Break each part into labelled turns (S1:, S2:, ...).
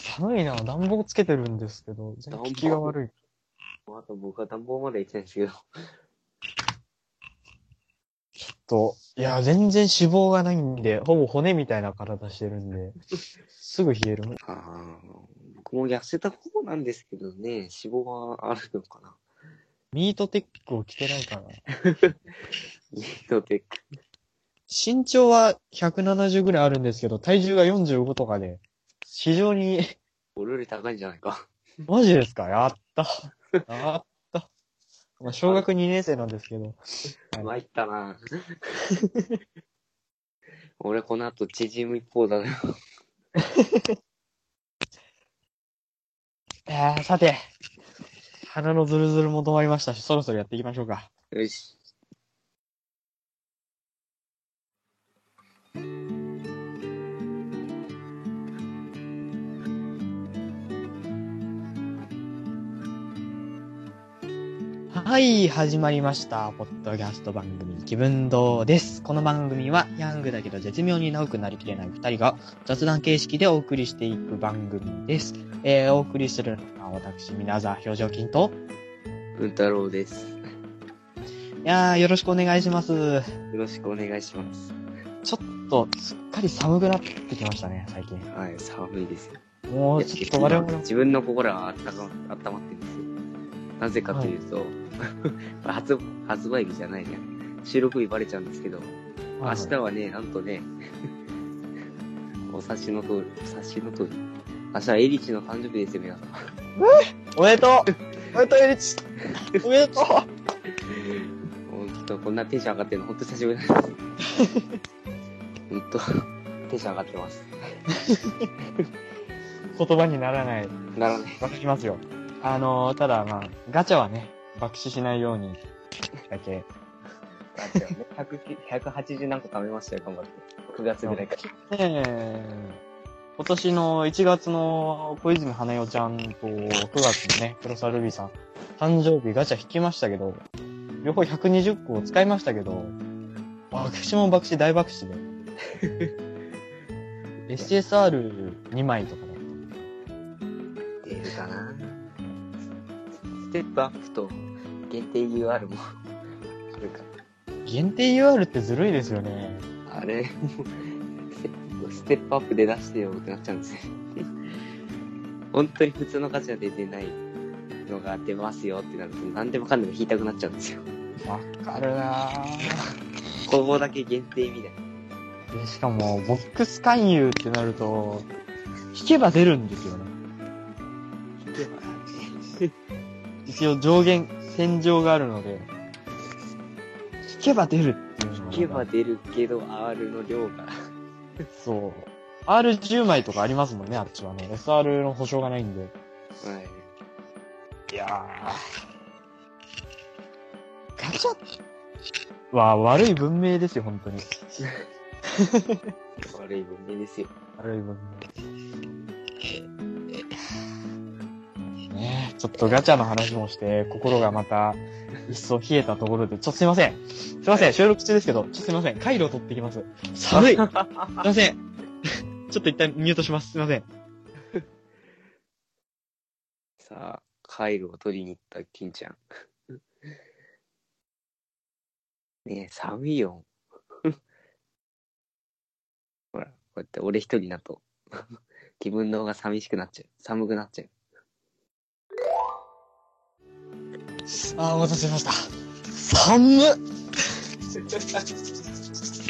S1: 寒いな。暖房つけてるんですけど、全然効きが悪い。
S2: あと僕は暖房まで行ってないんですけど。
S1: と、いや、全然脂肪がないんで、ほぼ骨みたいな体してるん で、すぐ冷える。
S2: あ あ、僕も痩せた方なんですけどね、脂肪はあるのかな。
S1: ミートテックを着てないかな。
S2: ミートテック。
S1: 身長は170ぐらいあるんですけど、体重が45とかで、非常 に、
S2: 俺より高いんじゃないか。
S1: マジですかやった。やった。まあ、小学2年生なんですけど、はい
S2: 参ったな 俺この後縮む一方だね。
S1: えー、さて、鼻のズルズルも止まりましたし、そろそろやっていきましょうか。
S2: よし。
S1: はい、始まりました。ポッドキャスト番組、気分堂です。この番組は、ヤングだけど絶妙に長くなりきれない二人が、雑談形式でお送りしていく番組です。えー、お送りするのは、私、皆沢表情筋と、
S2: 文太郎です。
S1: いやー、よろしくお願いします。
S2: よろしくお願いします。
S1: と、すっかり寒くなってきましたね、最近。
S2: はい、寒いですよ。
S1: もう、ちょっと我々も、
S2: 自分の心はあったか、あったまってるんですよ。なぜかというと、 発、発売日じゃないね。収録日バレちゃうんですけど、明日はね、なんとね、お察しの通り、お察しの通り。明日はエリチの誕生日ですよ、皆さん。
S1: おめで とうおめでとう、エリ チおめでとう
S2: もうちょっとこんなテンション上がってるの、ほんと久しぶりなんです。ほんと、テンション上がってます。
S1: 言葉にならない。
S2: ならね、
S1: わかりますよ。あのー、ただまあ、ガチャはね、爆死しないように、だけ。
S2: だってね、100 180何個貯めましたよ、頑張って。9月ぐらいから。
S1: ねえ、今年の1月の小泉花代ちゃんと9月のね、黒沢ルビーさん、誕生日ガチャ引きましたけど、両方120個を使いましたけど、爆死も爆死、大爆死で。SSR2 枚とかだった。
S2: 出るかなステップアップと限定 UR もあるか
S1: 限定 UR ってずるいですよね。
S2: ら。あれ、もう、ステップアップで出してよってなっちゃうんですよ。本当に普通のガチャで出ないのが出ますよってなると、何でもかんでも引いたくなっちゃうんですよ。
S1: わかるなぁ。
S2: ここだけ限定みたいな。
S1: で、しかも、ボックス勧誘ってなると、引けば出るんですよね。一応上限、天井があるので、引けば出るっていうのがまた
S2: 引けば出るけど、R の量が。
S1: そう。R10 枚とかありますもんね、あっちはね。SR の保証がないんで。
S2: はい。
S1: いやー。ガチャは悪い文明ですよ、本当に。
S2: 悪い文明ですよ。
S1: 悪い文明。ねえ、ちょっとガチャの話もして、心がまた、一層冷えたところで、ちょっとすいません。すいません、収録中ですけど、ちょっとすいません、回路を取ってきます。寒いすいません。 ちょっと一旦ミュートします。すいません。
S2: さあ、カイロを取りに行った金ちゃん。 ねえ、寒いよ。 ほら、こうやって俺一人だと、 気分の方が寂しくなっちゃう。寒くなっちゃう。
S1: あー、お待たせしました。寒っ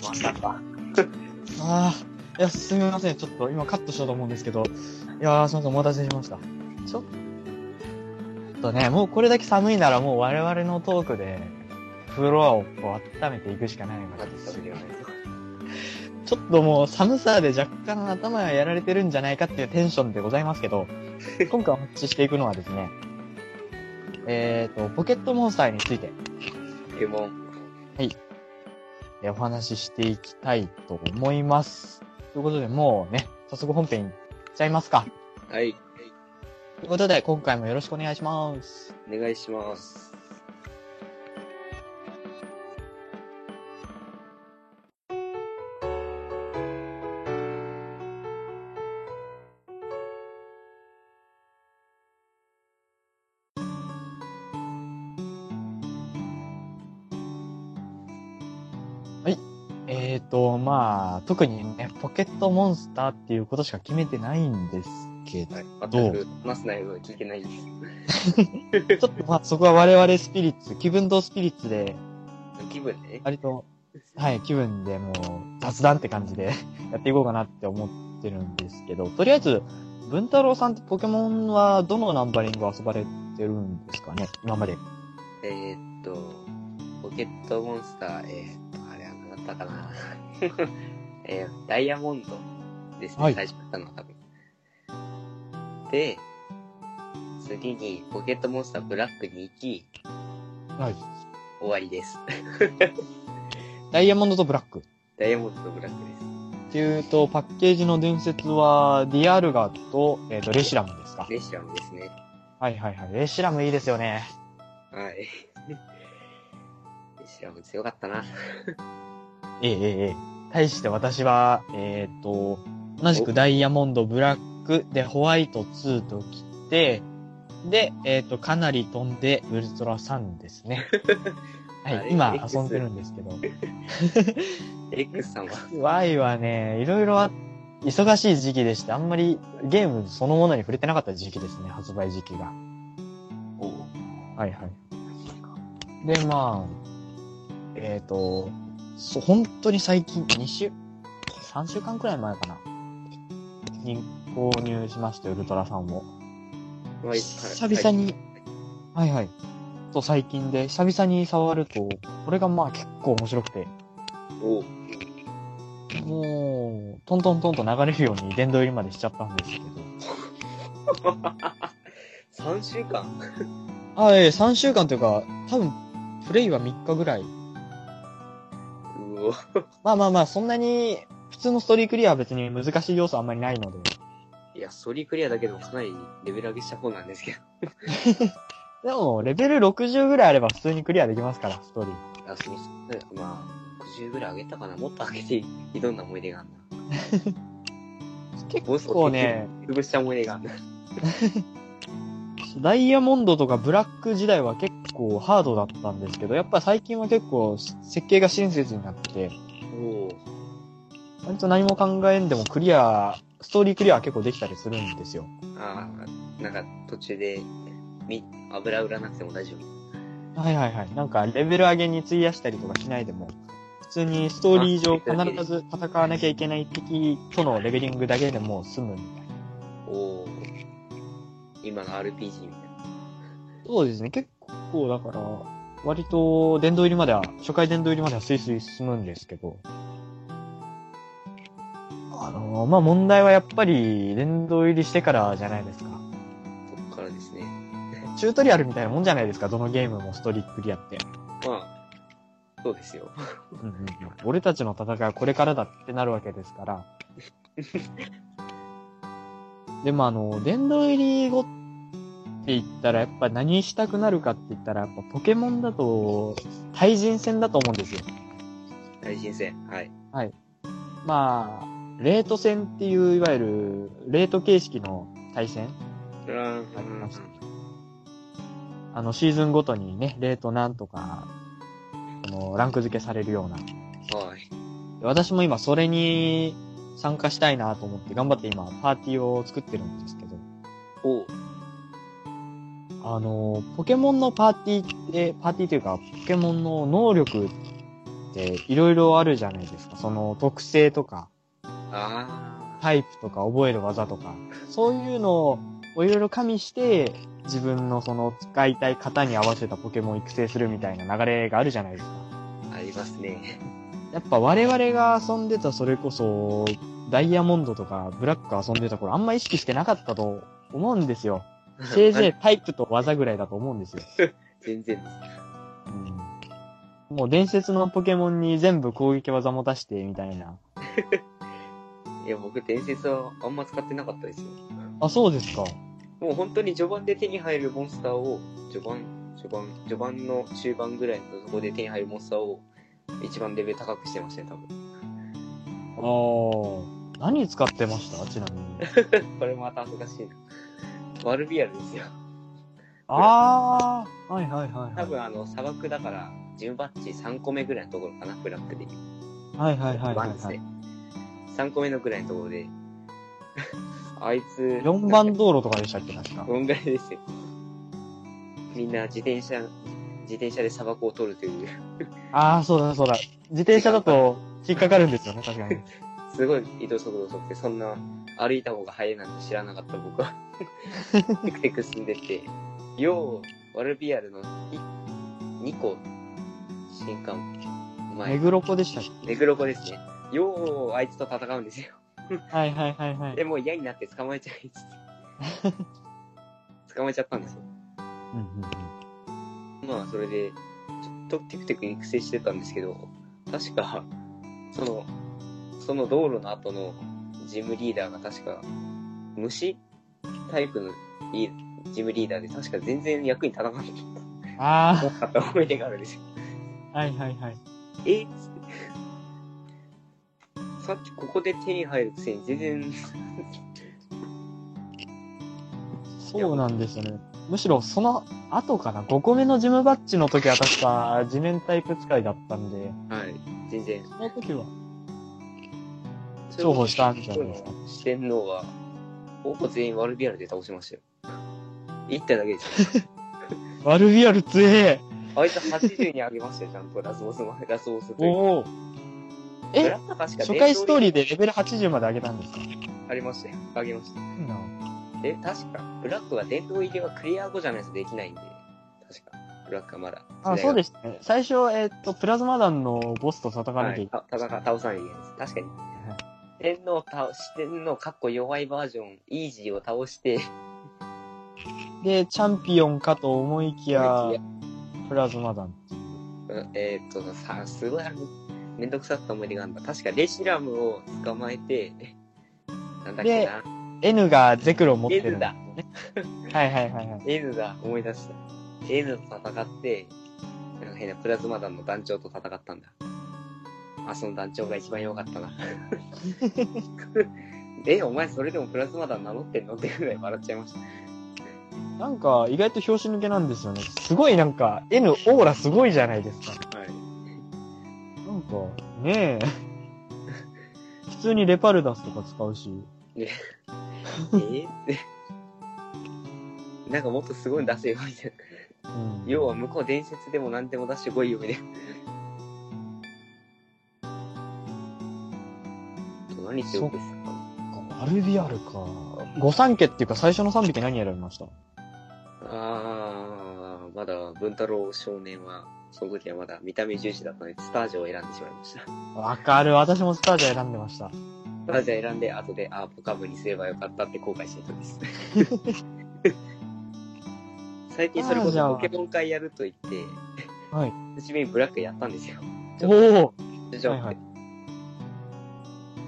S2: まさか。
S1: あー、いや、すみません。ちょっと今カットしようと思うんですけど、いやー、すみません、お待たせしました。ちょっとね、もうこれだけ寒いならもう我々のトークで、フロアをこう温めていくしかないの
S2: ま
S1: で
S2: た食べれないぞ
S1: ちょっともう寒さで若干頭がやられてるんじゃないかっていうテンションでございます けど、今回お話ししていくのはですね、えっ、と、ポケットモンスターについて
S2: ポケモン。
S1: えーお話ししていきたいと思います。ということで、もうね、早速本編いっちゃいますか。
S2: はい。
S1: ということで、今回もよろしくお願いします。
S2: お願いします。
S1: っ、と、まあ、特にね、ポケットモンスターっていうことしか決めてないんですけど、
S2: はい。
S1: ど
S2: 全
S1: う
S2: く話す内容が聞いてないです。
S1: ちょっとまあそこは我々スピリッツ、気分堂スピリッツで、
S2: 気分ね。
S1: 割と、はい、気分でもう雑談って感じで やっていこうかなって思ってるんですけど、とりあえず、文太郎さんってポケモンはどのナンバリングを遊ばれてるんですかね今まで。
S2: えーっと、ポケットモンスター、えーっと、あれは何だったかな。 えーダイヤモンドですね、
S1: はい
S2: 最初買ったのは多分。で、次にポケットモンスターブラックに行き、
S1: はい。
S2: 終わりです。
S1: ダイヤモンドとブラック。
S2: ダイヤモンドとブラックです。
S1: っていうと、パッケージの伝説は、ディアルガと、えっ、と、レシラムですか。
S2: レシラムですね。
S1: はいはいはい。レシラムいいですよね。
S2: はい。 レシラム強かったな。
S1: ええええええ。対して私は、えっ、と、同じくダイヤモンド、ブラック、で、ホワイト2と来て、で、えっ、と、かなり飛んで、ウルトラ3ですね。 は
S2: あれ
S1: い、今
S2: X
S1: 遊んでるんですけど。
S2: X さんは
S1: Y はね、いろいろあ忙しい時期でして、あんまりゲームそのものに触れてなかった時期ですね、発売時期が。はいはい。で、まあ、えっ、と、そう、本当に最近、2週、3週間くらい前かな。に購入しましたよ、ウルトラさんを。
S2: まあ
S1: 久々に、はいはい。そう、最近で、久々に触ると、これがまあ結構面白くて、
S2: お
S1: もう、トントントンと流れるように殿堂入りまでしちゃったんですけど。
S2: 3週間
S1: あ、ええ3週間というか、多分、プレイは3日ぐらい。
S2: うお
S1: まあまあまあ、そんなに、普通のストーリークリアは別に難しい要素あんまりないので。
S2: いや、ソリクリアだけでもかなりレベル上げした方なんですけ
S1: でも、レベル60ぐらいあれば普通にクリアできますから、ストーリー。
S2: ど。あ、その、まあ、60ぐらい上げたかなもっと上げて挑んだ思い出があるな。
S1: 結構ね、
S2: 潰した思い出があるな。
S1: ダイヤモンドとかブラック時代は結構ハードだったんですけど、やっぱ最近は結構設計が親切になってて、
S2: お
S1: 割と何も考えんでもクリア、ストーリークリアは結構できたりするんですよ。
S2: ああ、なんか途中で、み、油売らなくても大丈夫。
S1: はいはいはい。なんか、レベル上げに費やしたりとかしないでも、普通にストーリー上必ず戦わなきゃいけない敵とのレベリングだけでもう済むみたいな。
S2: おお今の RPG みたいな。
S1: そうですね。結構だから、割と殿堂入りまでは、初回殿堂入りまではスイスイ進むんですけど、あのまあ、問題はやっぱり殿堂入りしてからじゃないですか。
S2: そっからですね。
S1: チュートリアルみたいなもんじゃないですか、どのゲームもストーリークリアって。
S2: まあ、そうですよ。
S1: うんうんうん俺たちの戦いはこれからだってなるわけですから。でもあの、殿堂入り後って言ったら、やっぱ何したくなるかって言ったら、やっぱポケモンだと、対人戦だと思うんですよ。
S2: 大人生。はい。
S1: まあ、レート戦っていう、いわゆる、レート形式の対戦。
S2: うーん。
S1: あの、シーズンごとにね、レートなんとか、あの、ランク付けされるような。
S2: はい。
S1: で私も今それに参加したいなと思って頑張って今パーティーを作ってるんですけど、
S2: おう
S1: あの、ポケモンのパーティーって、パーティーというか、ポケモンの能力っていろいろあるじゃないですか。その特性とか、
S2: あ
S1: タイプとか、覚える技とか、そういうのをいろいろ加味して、自分のその使いたい型に合わせたポケモンを育成するみたいな流れがあるじゃないですか。
S2: あ、ありますね。
S1: やっぱ我々が遊んでたそれこそ、ダイヤモンドとかブラック遊んでた頃あんま意識してなかったと思うんですよ。せいぜいタイプと技ぐらいだと思うんですよ。
S2: 全然です。
S1: うん、もう伝説のポケモンに全部攻撃技も出してみたいな。
S2: いや、僕、伝説はあんま使ってなかったですよ。
S1: あ、そうですか。
S2: もう本当に序盤で手に入るモンスターを、序盤、序盤、序盤の中盤ぐらいのところで手に入るモンスターを、一番レベル高くしてましたね、多分。
S1: あー。何使ってましたちなみに。
S2: これまた恥ずかしいな。ワルビアルですよ。
S1: あー。はいはいはい、はい。
S2: 多分あの、砂漠だから、10バッチ3個目ぐらいのところかな、ブラックで。
S1: はいはいはい
S2: バ
S1: はい
S2: ンです
S1: はい
S2: ね。。3個目のくらいのところで、 あいつ、
S1: 4番道路とかでしたっけ、確か。
S2: 音楽ですよ。みんな自転車、自転車で砂漠を取るという、
S1: ああ、そうだそうだ。自転車だと引っかかるんですよね、確かに。
S2: すごい移動速度遅くて、そんな歩いた方が速いなんて知らなかった僕は。 テクテク進んでって、よう、ワルビアルの2個、新刊、
S1: 目
S2: 前、
S1: 黒子でしたっ
S2: ネグロコですね。よう、あいつと戦うんですよ。
S1: けはいはいはいはい。
S2: でもう嫌になって捕まえちゃいっつって。捕まえちゃったんですよ。
S1: うんうんうん
S2: まあ、それで、ちょっとテクテク育成してたんですけど、確か、その、その道路の後のジムリーダーが確か、虫タイプのリージムリーダーで、確か全然役に立たなかっ
S1: あ
S2: たかった思い出があるんですよ。
S1: あ、はいはいはい。
S2: えーっつってさっきここで手に入るくせに全然、
S1: そうなんですよね。むしろその後かな、5個目のジムバッジの時は確か地面タイプ使いだったんで、
S2: はい、全然。
S1: その時は重宝したんじゃないですか。
S2: 四天王は、ほぼ全員ワルビアルで倒しましたよ。一体だけですよ。
S1: ワルビアル強え
S2: あいつ80に上げましたよ、ちゃんと。ラスボスも、ラスボスというか。
S1: おお
S2: ブ
S1: え
S2: ラッタ確か
S1: 初回ストーリー
S2: ー
S1: でレベル80まで上げたんですか
S2: ありましたよ。上げました。え、確か、ブラックは殿堂入りはクリア後じゃないとできないんで。確か、ブラックはまだ。。
S1: あ、そうですすね。最初、えっと、プラズマ団のボスと戦わ
S2: は
S1: なきゃ
S2: い
S1: い。け
S2: た戦倒さないといけないです。確かに。天皇倒し、天皇かっこ弱いバージョン、イージーを倒して、
S1: ない。で、チャンピオンかと思いきや、プラズマ団。
S2: うんえーっとさ、すごいあれめんどくさかった思い出があるんだ。確かレシラムを捕まえて、なんだっけな。
S1: N がゼクロを持ってる。
S2: N だ。。
S1: はいはいはいはい。
S2: N だ。思い出した。N と戦って、なんか変なプラズマ団の団長と戦ったんだ。あ、その団長が一番弱かったな。え、お前それでもプラズマ団名乗ってんのってぐらい笑っちゃいました。
S1: なんか、意外と拍子抜けなんですよね。すごいなんか、N オーラすごいじゃないですか。
S2: はい。
S1: なんか、ねえ。普通にレパルダスとか使うし。
S2: えーって。なんかもっとすごいの出せよ、みたいな。
S1: うん。
S2: 要は向こう伝説でも何でも出してこいよみたいな。と何しようですか
S1: アルビアルか。御三家っていうか最初の3匹何選びました
S2: ああ、まだ文太郎少年は、その時はまだ見た目重視だったので、スタージャを選んでしまい ました。ス
S1: わかる。私もスタージャ選んでました。
S2: タージャ選んで、後で、ああ、ポカブにすればよかったって後悔してたんです。 最近それこ
S1: スタージャ
S2: そ
S1: は
S2: ポケモン会やると言って、
S1: はい。
S2: 久しぶりにブラックやったんですよ。ちょっと
S1: おお
S2: じゃあ、
S1: はいはい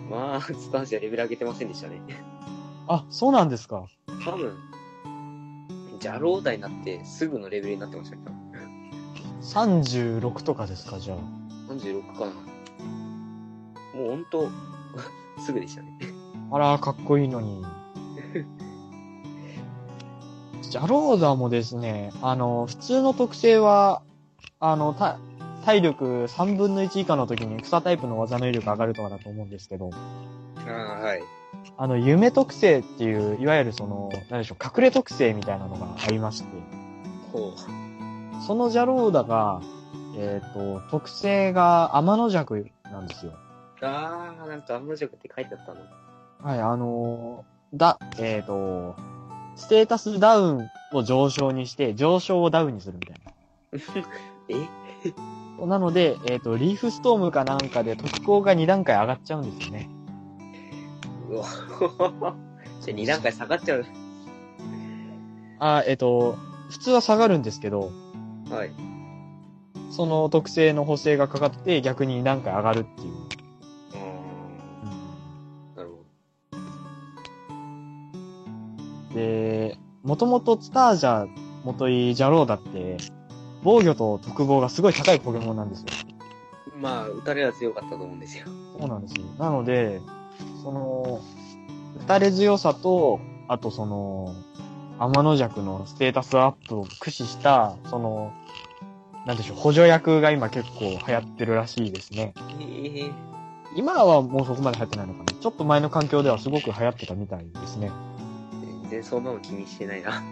S2: まあ、スタージャレベル上げてませんでしたね。
S1: あ、そうなんですか。
S2: 多分、邪老代になってすぐのレベルになってましたっけ
S1: 36とかですか、じゃあ。
S2: 36かな。もうほんと、 すぐでしたね。
S1: あら、かっこいいのに。ジャローザもですね、あの、普通の特性は、あの、た体力3分の1以下の時に草タイプの技能力上がるとかだと思うんですけど、
S2: ああ、はい。
S1: あの、夢特性っていう、いわゆるその、何でしょう、隠れ特性みたいなのがありまして、
S2: ほ
S1: そのジャローダが、えっ、と、特性が天の弱なんですよ。
S2: う。ああ、なんか天の弱って書いてあったの。
S1: はい、あのーだ、えっ、と、ステータスダウンを上昇にして、上昇をダウンにするみたい
S2: え
S1: な。なので、えっ、と、リーフストームかなんかで特攻が2段階上がっちゃうんですよね。
S2: うわ じゃあ2段階下がっちゃう。
S1: あー、えっ、と、普通は下がるんですけど、
S2: はい。
S1: その特性の補正がかかって逆に2段階上がるっていう。
S2: うーん、なるほ
S1: で、もともとツタージャ、元いジャローダって、防御と特防がすごい高いポケモンなんですよ。
S2: ど。まあ、打たれは強かったと思うんですよ。
S1: そうなんですよ。なので、その、打たれ強さと、あとその、天の弱のステータスアップを駆使した、その、なんでしょう、補助役が今結構流行ってるらしいですね。
S2: ええー。
S1: 今はもうそこまで流行ってないのかな。ちょっと前の環境ではすごく流行ってたみたいですね。
S2: 全然そんなの気にしてないな。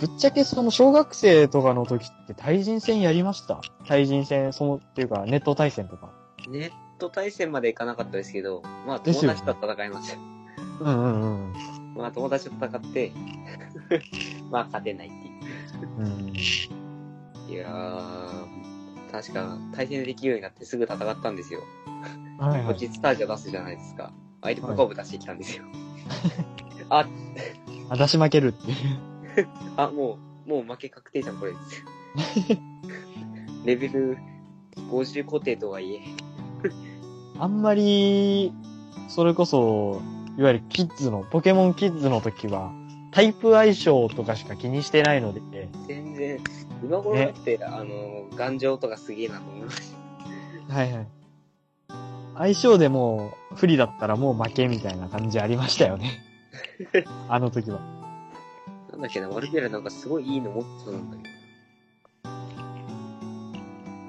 S1: ぶっちゃけその小学生とかの時って対人戦やりました対人戦、その、っていうかネット対戦とか。
S2: ネット対戦までいかなかったですけど、まあ
S1: で
S2: 友
S1: すよね
S2: 達と戦いました。
S1: うんうんうん。
S2: まあ友達と戦って、 まあ勝てないって
S1: うん。
S2: いう。いやー、確か対戦できるようになってすぐ戦ったんですよ。
S1: はいは
S2: こっ
S1: い。
S2: ちスタージオ出すじゃないですか。相手ポカブ出してきたんですよ。 あ、
S1: あ、出し負けるっていう。
S2: あ、もう、もう負け確定じゃん、これ。 レベル50固定とはいえ、
S1: あんまり、それこそ、いわゆるキッズの、ポケモンキッズの時は、タイプ相性とかしか気にしてないので、
S2: 全然、今頃だって、あの、頑丈とかすげえなと思いました。
S1: はいはい。相性でもう不利だったらもう負けみたいな感じありましたよね。 あの時は。
S2: なんだっけな、ワルピラなんかすごいいいの持ってたんだけ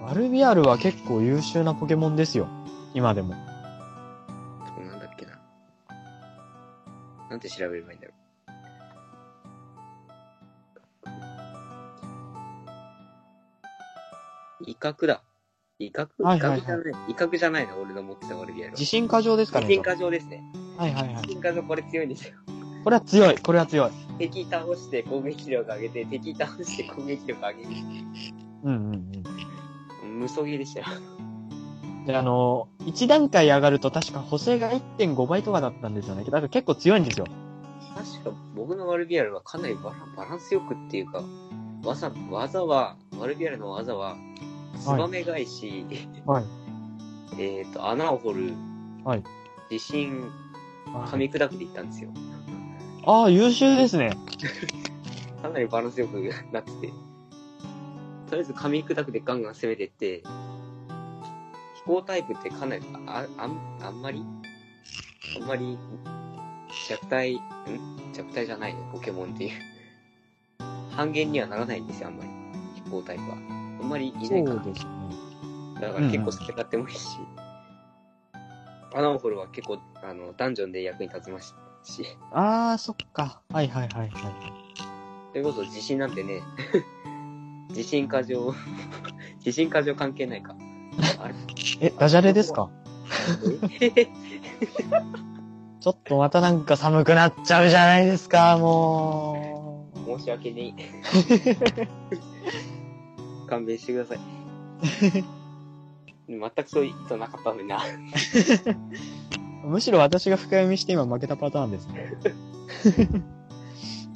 S2: ど。
S1: アルビアルは結構優秀なポケモンですよ。今でも。
S2: なんだっけな。なんて調べればいいんだろう。威嚇だ。威嚇
S1: は
S2: 威
S1: いはいはい
S2: 嚇じゃない。威嚇じゃないな、俺の持ってたワルビアルは。
S1: 自信過剰ですかね。
S2: 自信過剰ですね。
S1: はいはいはい
S2: 自。信過剰これ強いんですよ。
S1: これは強い。これは強い。
S2: 敵倒して攻撃力上げて、敵倒して攻撃力上げて。
S1: うんうんうん。
S2: 無双ゲーでしたよ。
S1: で、あの、1段階上がると確か補正が1.5倍とかだったんですよね。だから結構強いんですよ。
S2: 確か僕のワルビアルはかなりバラバランスよくっていうか、技、技は、ワルビアルの技は、ツバメ返し、
S1: はい。
S2: えっと、穴を掘る、
S1: はい
S2: 地震、噛み砕くでいったんですよ。
S1: ああ、優秀ですね。
S2: かなりバランスよく なってて。とりあえず噛み砕くでガンガン攻めてって、飛行タイプってかなり、あ、あん、あんまりあんまり、弱体、ん弱体じゃないね、ポケモンっていう。半減にはならないんですよ、あんまり。飛行タイプは。あんまりいないから。
S1: すね。
S2: だから結構戦ってもいいし。アナオフォルは結構、あの、ダンジョンで役に立つましたし。
S1: ああ、そっか。はいはいはいはい。
S2: それこそ地震なんてね、 地震過剰、 地震過剰関係ないか。あれ
S1: え、ダジャレですか
S2: え
S1: ちょっとまたなんか寒くなっちゃうじゃないですか、もう。
S2: 申し訳ねえ。勘弁してください。全くそういう意図なかったのにな。
S1: むしろ私が深読みして今負けたパターンですね。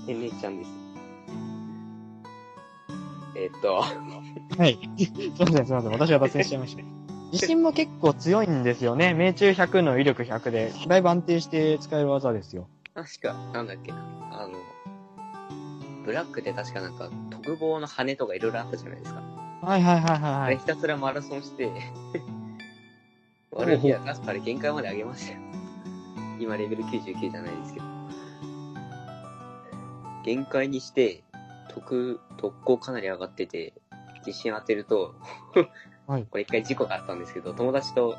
S2: 天然ちゃんです。えっと、
S1: はい。すいませんすいません。私が脱線しちゃいま した。自信も結構強いんですよね。命中100の威力100で、だいぶ安定して使える技ですよ。
S2: 確か、なんだっけな。あの、ブラックで確かなんか、特防の羽とかいろいろあったじゃないですか。
S1: はいはいはいはい
S2: あ
S1: は
S2: れ
S1: い。
S2: ひたすらマラソ ンして、悪い日は確かに限界まで上げましたよ。今レベル99じゃないですけど。限界にして、特、特攻かなり上がってて、自信当てると、
S1: はい
S2: これ一回事故があったんですけど、友達と、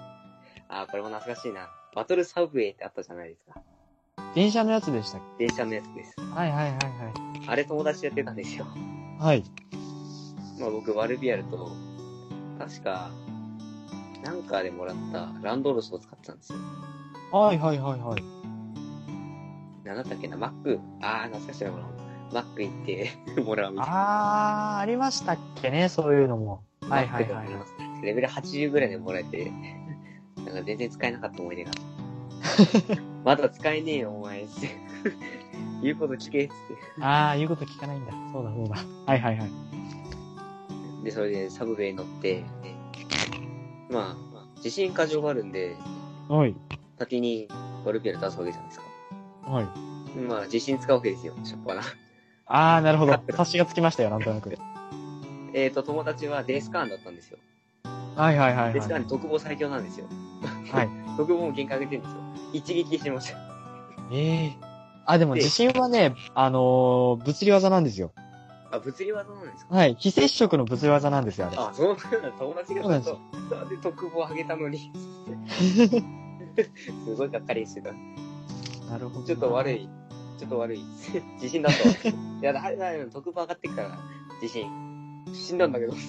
S2: あーこれも懐かしいな。バトルサブウェイってあったじゃないですか。
S1: 電車のやつでしたっ
S2: 電車のやつです。
S1: けはいはいはい
S2: あれ友達とやってたんですよ。
S1: はい。はい。
S2: まあ僕、ワルビアルと、確か、なんかでもらったランドロスを使ってたんですよ。
S1: はいはいはいはい。
S2: なんだったっけな、マック、ああ、懐かしいな、この、マック行って もらうみたいな。
S1: あー、ありましたっけね、そういうのも。はいはい
S2: マッ
S1: は
S2: ク
S1: い
S2: でもらますレベル80ぐらいでもらえて、なんか全然使えなかった思 い出が。まだ使えねえよ、お前。って 言うこと聞け、つって。
S1: あー、言うこと聞かないんだ。そうだそうだ。はいはいはい。
S2: で、それでサブウェイ乗って、でまあ、まあ、自信過剰があるんで、
S1: はい。
S2: 先にゴルピアル出すわけじゃないですか。
S1: はい。
S2: まあ、自信使うわけですよ、しょっぱな。
S1: あー、なるほど。察しがつきましたよ、なんとなく。
S2: えっと、友達はデスカーンだったんですよ。
S1: はいはいはい、
S2: デスカー
S1: は
S2: ン特防最強なんですよ。
S1: い。はい。
S2: 特防も限界上げてるんですよ。一撃してました。
S1: ええー。あ、でも
S2: で
S1: 地震はね、あのー、物理技なんですよ。
S2: あ、物理技なんですか
S1: はい。非接触の物理技なんですよ、あれ。
S2: あ、そうなんだ。友達がちょっ
S1: そう
S2: と、 なんで特防あげた のに。 すごいがっかりしてた。
S1: なるほど。
S2: ちょっと悪。い。ちょっと悪い。 自信だった。いや、だだだ特番上がってっから、自信。死んだんだけど。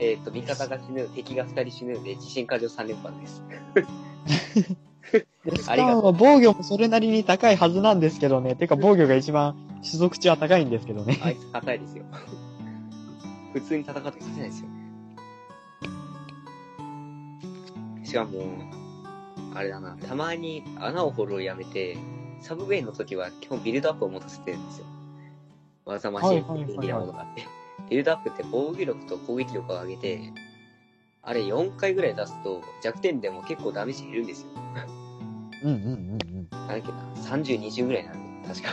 S2: えっと、味方が死ぬ、敵が二人死ぬで、自信過剰3連覇です。
S1: し
S2: ありが
S1: か
S2: と
S1: も防御もそれなりに高いはずなんですけどね。てか防御が一番種族値は高いんですけどね。
S2: あいつ硬いですよ。 普通に戦って勝てないですよ。しかも、あれだな、たまに穴を掘るをやめて、サブウェイの時は基本ビルドアップを持たせてるんですよ。技マシン的なものがあって。ビルドアップって防御力と攻撃力を上げて、あれ4回ぐらい出すと弱点でも結構ダメージ減るんですよ。
S1: うんうんうん
S2: なんだっけな、30、20ぐらいになる確か。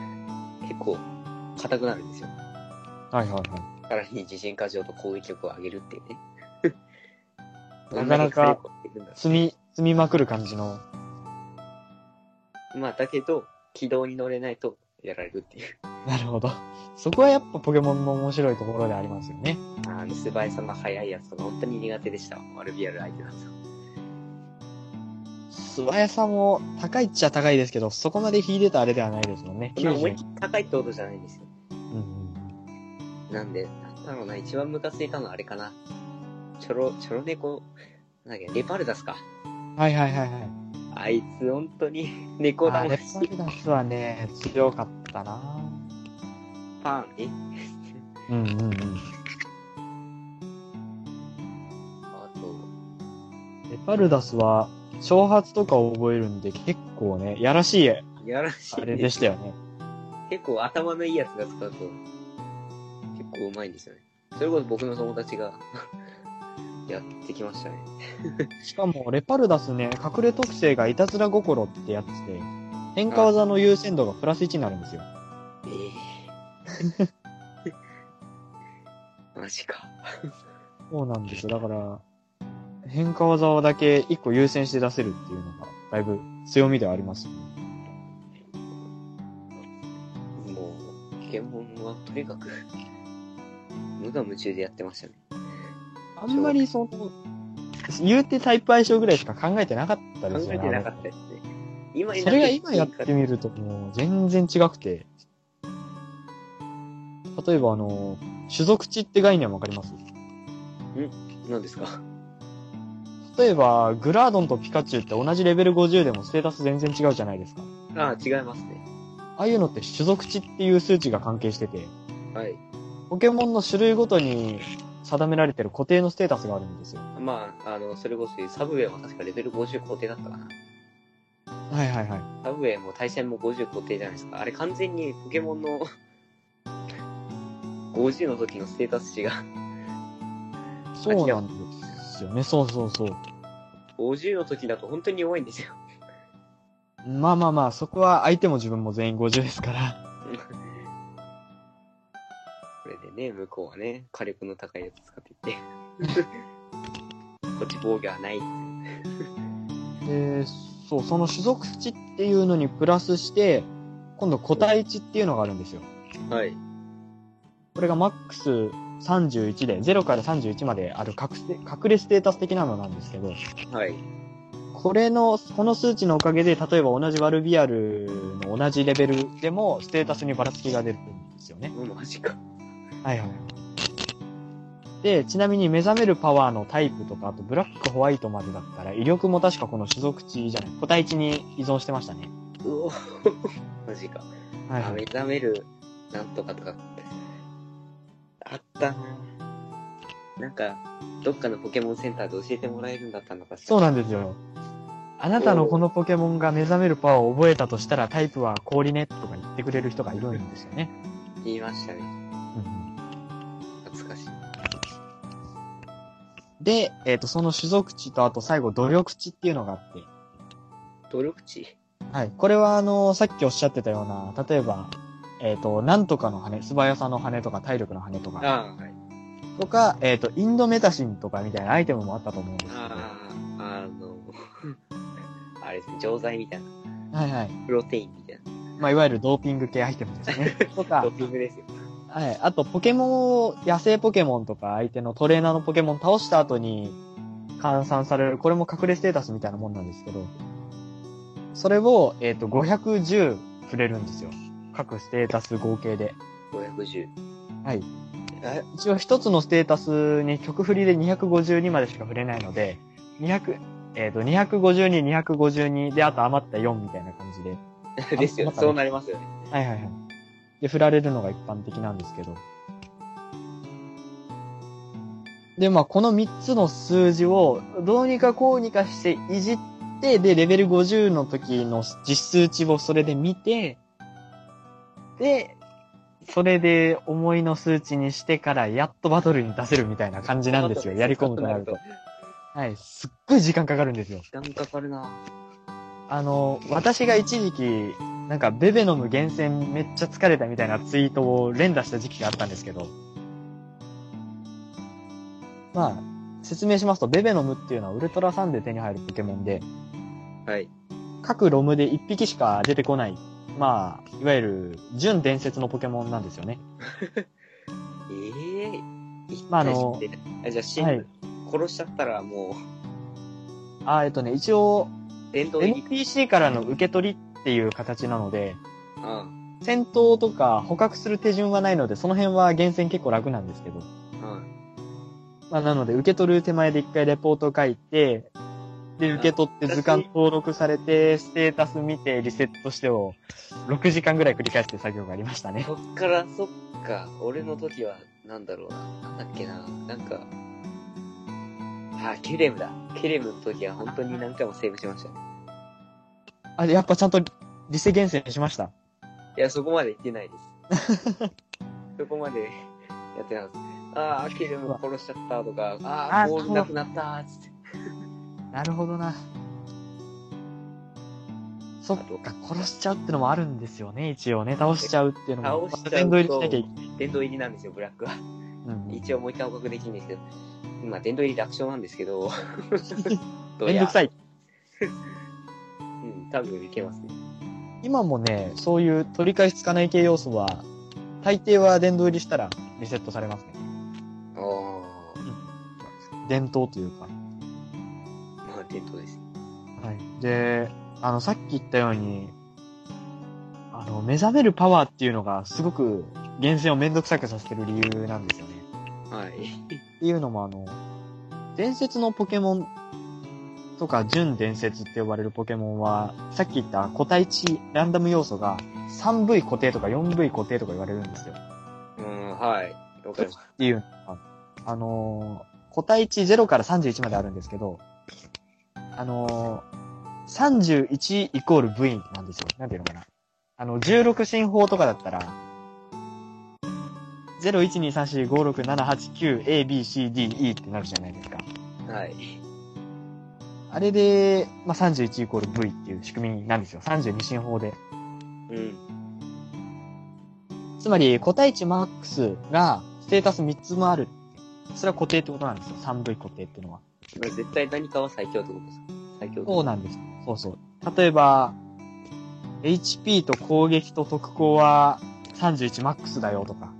S2: 結構、硬くなるんですよ。
S1: うん。はいはいは
S2: さらに自信過剰と攻撃力を上げるっていうね。
S1: なかなか。い。積み、積みまくる感じの。
S2: まあ、だけど、軌道に乗れないとやられるっていう。
S1: なるほど。そこはやっぱポケモンの面白いところでありますよね。
S2: ああ、素早さの速いやつとか本当に苦手でした。マルビアル相手だと。
S1: 素早さも高いっちゃ高いですけど、そこまで引いてたあれではないですもんね。
S2: そんな思いっ
S1: 90
S2: きり高いってことじゃないんですよ。
S1: うんうん
S2: なんで、なんだろうな、一番ムカついたのはあれかな。ちょろ、ちょろ猫、なんだっけ、レパルダスか。
S1: うん。はいはいはいはい。
S2: あいつ本当に 猫
S1: あ
S2: だも
S1: レ
S2: ん。
S1: パルダスはね、強かったな
S2: パン、え
S1: うんうんうん。
S2: あと、
S1: レパルダスは、挑発とかを覚えるんで、結構ね、やらしい、あ
S2: やらしい、ね。
S1: れでしたよね。
S2: 結構頭のいいやつが使うと、結構うまいんですよね。それこそ僕の友達が、 やってきましたね。
S1: しかも、レパルダスね、隠れ特性がいたずら心ってやつで、変化技の優先度がプラス1になるんですよ。
S2: ええ マジか。
S1: そうなんですよ。だから、変化技だけ1個優先して出せるっていうのが、だいぶ強みではあります、ね。
S2: もう、ポケモンはとにかく、無我夢中でやってましたね。
S1: あんまりその、言うてタイプ相性ぐらいしか考えてなかった
S2: 考
S1: ですよ
S2: え
S1: ね。
S2: てなかったですね。今に
S1: そ
S2: な
S1: れが
S2: って
S1: 今やってみるともう全然違くて。例えばあの、種族値って概念わかります
S2: 何ですか
S1: 例えば、グラードンとピカチュウって同じレベル50でもステータス全然違うじゃないですか。
S2: ああ、違いますね。
S1: ああいうのって種族値っていう数値が関係してて、
S2: はい。
S1: ポケモンの種類ごとに定められてる固定のステータスがあるんですよ。
S2: まあ、あの、それこそサブウェイは確かレベル50固定だったかな。
S1: はいはいはい。
S2: サブウェイも対戦も50固定じゃないですか。あれ完全にポケモンの 50の時のステータス値が
S1: そうなんですよね。そうそうそう。
S2: 50の時だと本当に弱いんですよ。
S1: まあまあまあ、そこは相手も自分も全員50ですから。
S2: これでね、向こうはね、火力の高いやつ使っていって。 こっち防御はない。
S1: で、そう、その種族値っていうのにプラスして、今度個体値っていうのがあるんですよ。
S2: はい。
S1: これがマックス31で、0から31まである隠せ隠れステータス的なのなんですけど、
S2: はい。
S1: これの、この数値のおかげで、例えば同じワルビアルの同じレベルでも、ステータスにばらつきが出るんですよね。
S2: もうマジか。
S1: はいはい。で、ちなみに目覚めるパワーのタイプとか、あとブラックホワイトまでだったら、威力も確かこの種族値じゃない、個体値に依存してましたね。
S2: うお マジか。
S1: はい、
S2: あ、
S1: は
S2: 目
S1: い。
S2: 覚める、なんとかとか。あったななんか、どっかのポケモンセンターで教えてもらえるんだったのか
S1: そうなんんですよ。あなたのこのポケモンが目覚めるパワーを覚えたとしたら、タイプは氷ねとか言ってくれる人がいるんですよね。
S2: 言いましたね。
S1: うん
S2: 懐かしい。
S1: で、えっ、と、その種族値と、あと最後、努力値っていうのがあって、
S2: 努力値
S1: はい。これは、あの、さっきおっしゃってたような、例えば、えっ、と、なんとかの羽、素早さの羽とか、体力の羽とか、
S2: ああ、はい。
S1: とか、えっ、と、インドメタシンとかみたいなアイテムもあったと思うんですけど、は
S2: あ あ、あの、あれですね、錠剤みたいな。
S1: いはい。
S2: プロテインみたいな。
S1: まあ、いわゆるドーピング系アイテムですね。とか
S2: ド、ッキングですよ。
S1: はい。あと、ポケモンを、野生ポケモンとか、相手のトレーナーのポケモン倒した後に、換算される、これも隠れステータスみたいなもんなんですけど、それを、えっ、と、510触れるんですよ。各ステータス合計で。
S2: 510。
S1: はい。
S2: え
S1: 一応一つのステータスに曲振りで252までしか触れないので、200、えっ、と、252、252で、あと余った4みたいな感じで。
S2: ですよ。そうなりますよね。
S1: はいはいはい。で、振られるのが一般的なんですけど。で、まあ、この3つの数字を、どうにかこうにかしていじって、で、レベル50の時の実数値をそれで見て、で、それで思いの数値にしてから、やっとバトルに出せるみたいな感じなん ですよ。やり込むとなると。はい。すっごい時間かかるんですよ。
S2: 時間かかるな
S1: あの、私が一時期、なんか、ベベノム厳選めっちゃ疲れたみたいなツイートを連打した時期があったんですけど、まあ、説明しますと、ベベノムっていうのはウルトラサンで手に入るポケモンで、
S2: はい。
S1: 各ロムで1匹しか出てこない、まあ、いわゆる、純伝説のポケモンなんですよね。
S2: ええー。
S1: まああの
S2: 一体死んであ、じゃあ死ん、
S1: はい
S2: 殺しちゃったらも
S1: あーえっとね、一応、
S2: う、伝統的。
S1: NPC からの受け取りっていう形なので、
S2: うん。
S1: 戦闘とか捕獲する手順はないので、その辺は厳選結構楽なんですけど、
S2: うん。
S1: まあ、なので、受け取る手前で一回レポート書いて、で、受け取って図鑑登録されて、ステータス見て、リセットしてを、6時間ぐらい繰り返して作業がありましたね。
S2: そっから、そっか。俺の時は、なんだろうな。なんだっけな。なんか、あ、ケレムだ。ケレムの時は本当に何回もセーブしました。
S1: あれ、やっぱちゃんと、リセ厳選しました。
S2: いや、そこまで行ってないです。 そこまで やってなかった。ああ、アキルも殺しちゃったとか、あ
S1: あ
S2: あ、ボールなくなったーっつって。
S1: なるほどな。そっか、殺しちゃうってのもあるんですよね、一応ね。倒しちゃうっていうのも。
S2: 倒しちゃうと
S1: 殿堂入りしなきゃいけない。
S2: 殿堂入りなんですよ、ブラックは。
S1: うん。
S2: 一応もう一回報告できるんですけど、まあ、殿堂入り楽勝なんですけ ど、ど
S1: めんどく
S2: い
S1: さい。
S2: や。うん、多分いけますね。
S1: 今もね、そういう取り返しつかない系要素は、大抵は殿堂入りしたらリセットされますね。
S2: ああ、
S1: 伝統というか。
S2: まあ、伝統です。
S1: はい。で、あの、さっき言ったように、あの、目覚めるパワーっていうのがすごく厳選をめんどくさくさせてる理由なんですよね。
S2: はい。
S1: っていうのもあの、伝説のポケモンとか純伝説って呼ばれるポケモンは、さっき言った個体値ランダム要素が 3V 固定とか 4V 固定とか言われるんですよ。
S2: うん、はい。わかります。
S1: っていうのは、あのー個体値0から31まであるんですけど、あのー31イコール V なんですよ。なんていうのかな。あの、16進法とかだったら、0,1,2,3,4,5,6,7,8,9,A,B,C,D,E ってなるじゃないですか。
S2: はい。
S1: あれで、まあ、31イコール V っていう仕組みなんですよ。32進法で。
S2: うん。
S1: つまり、個体値マックスが、ステータス3つもある。それは固定ってことなんですよ。3V 固定っていうのは。
S2: まあ、絶対何かは最強ってことですか最強
S1: そうなんです。そうそう。例えば、HP と攻撃と特攻は31マックスだよとか。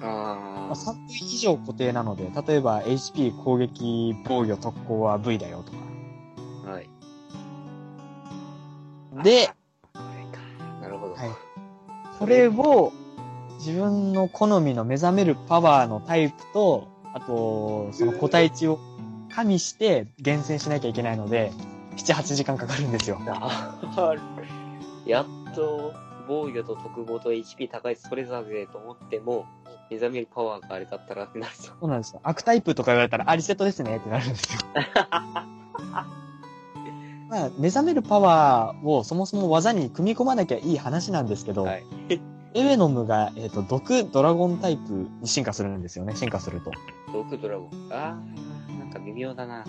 S2: あ
S1: まあ、
S2: あ、
S1: 3分以上固定なので、例えば HP 攻撃防御特攻は V だよとか。
S2: はい。
S1: で、
S2: あ、これか。なるほど。
S1: はいそれを自分の好みの目覚めるパワーのタイプと、あと、その個体値を加味して厳選しなきゃいけないので、7、8時間かかるんですよ。
S2: あやっと防御と特防と HP 高いそれぞれと思っても目覚めるパワーがあれだったらってなると
S1: そうなんですよ。悪タイプとか言われたら、あ、リセットですねってなるんですよ。 まあ、目覚めるパワーをそもそも技に組み込まなきゃいい話なんですけど、
S2: はい
S1: エベノムが、えっ、と、毒ドラゴンタイプに進化するんですよね、進化すると。
S2: 毒ドラゴンあーなんか微妙だな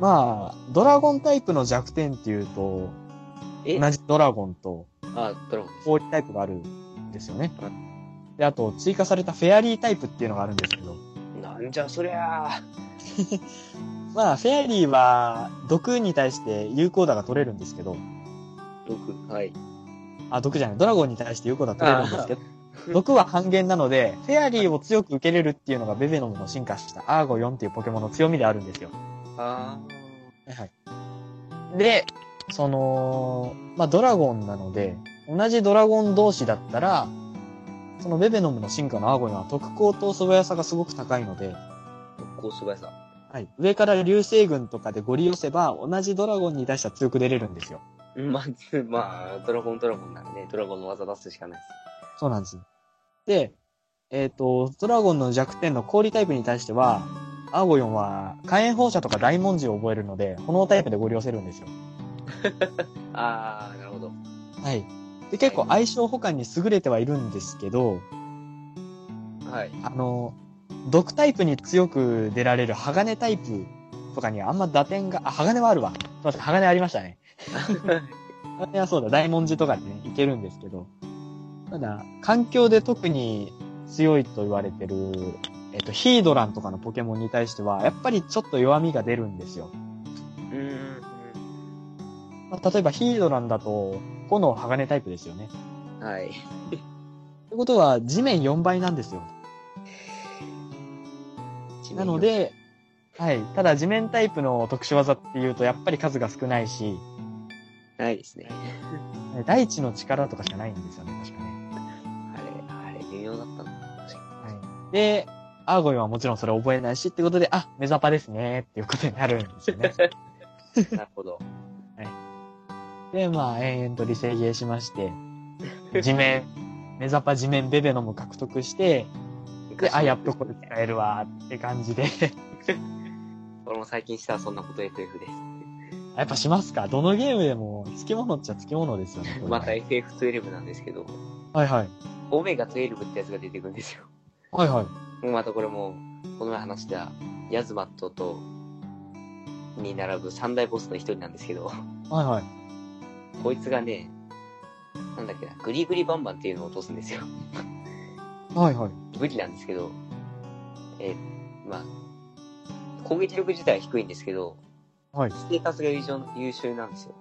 S1: まあ、ドラゴンタイプの弱点っていうと、
S2: え
S1: 同じドラゴンと
S2: あドラゴンです
S1: 氷タイプがあるんですよね
S2: はい。
S1: で、あと、追加されたフェアリータイプっていうのがあるんですけど、
S2: なんじゃそりゃあ
S1: まあ、フェアリーは毒に対して有効打が取れるんですけど、
S2: 毒。はい。
S1: あ、毒じゃない、ドラゴンに対して有効だと取れるんですけど、毒は半減なので、フェアリーを強く受けれるっていうのがベベノムの進化したアーゴ4っていうポケモンの強みであるんですよ。
S2: あ
S1: はい。で、その、まあ、ドラゴンなので、同じドラゴン同士だったら、そのベベノムの進化のアーゴには特攻と素早さがすごく高いので、
S2: あ、特攻素早さ。
S1: はい、上から流星群とかでゴリ寄せば、同じドラゴンに対しては強く出れるんですよ。
S2: まあ、つまあ、ドラゴンドラゴンなんでね、ドラゴンの技出すしかない
S1: そうなんです。で、えっ、と、ドラゴンの弱点の氷タイプに対しては、アーゴヨンは火炎放射とか大文字を覚えるので、炎タイプでご利用せるんですよ。
S2: です。ああ、なるほど。
S1: はい。で、結構相性補完に優れてはいるんですけど、
S2: はい。
S1: あの、毒タイプに強く出られる鋼タイプとかにはあんま打点が、あ、鋼はあるわ。すいません、鋼ありましたね。鋼はそうだ、大文字とかでね、いけるんですけど。ただ、環境で特に強いと言われてる、えっと、ヒードランとかのポケモンに対しては、やっぱりちょっと弱みが出るんですよ。
S2: うーん。
S1: まあ、例えばヒードランだと、炎鋼タイプですよね。
S2: はい。
S1: ってことは、地面4倍なんですよ。なので、はい。ただ地面タイプの特殊技っていうと、やっぱり数が少ないし、
S2: ないですね。
S1: 大地の力とかしかないんですよね、確かね。
S2: あれ、あれ、微妙だ ったな。確か
S1: はい。で、アーゴンはもちろんそれ覚えないしってことで、あ、メザパですね、っていうことになるんです よね。
S2: になるほど。
S1: で、まあ、延々と理性ゲーしまして、地面、メザパ地面ベベノも獲得して、で、あ、やっとこれ使えるわ、って感じで。
S2: 俺も最近したそんなこと FF です。
S1: やっぱしますかどのゲームでも、つきものっちゃつきものですよね。これは
S2: また FF12 なんですけど、
S1: はいはい。
S2: オメガ12ってやつが出てくるんですよ。
S1: はいはい。
S2: もうまたこれも、この前話した、ヤズマットと、に並ぶ三大ボスの一人なんですけど、
S1: はいはい。
S2: こいつがね、なんだっけな、グリグリバンバンっていうのを落とすんですよ。
S1: はいはい。
S2: 武器なんですけど、えーまあ、攻撃力自体は低いんですけど、
S1: はい。
S2: ステータスが優秀優秀なんですよ。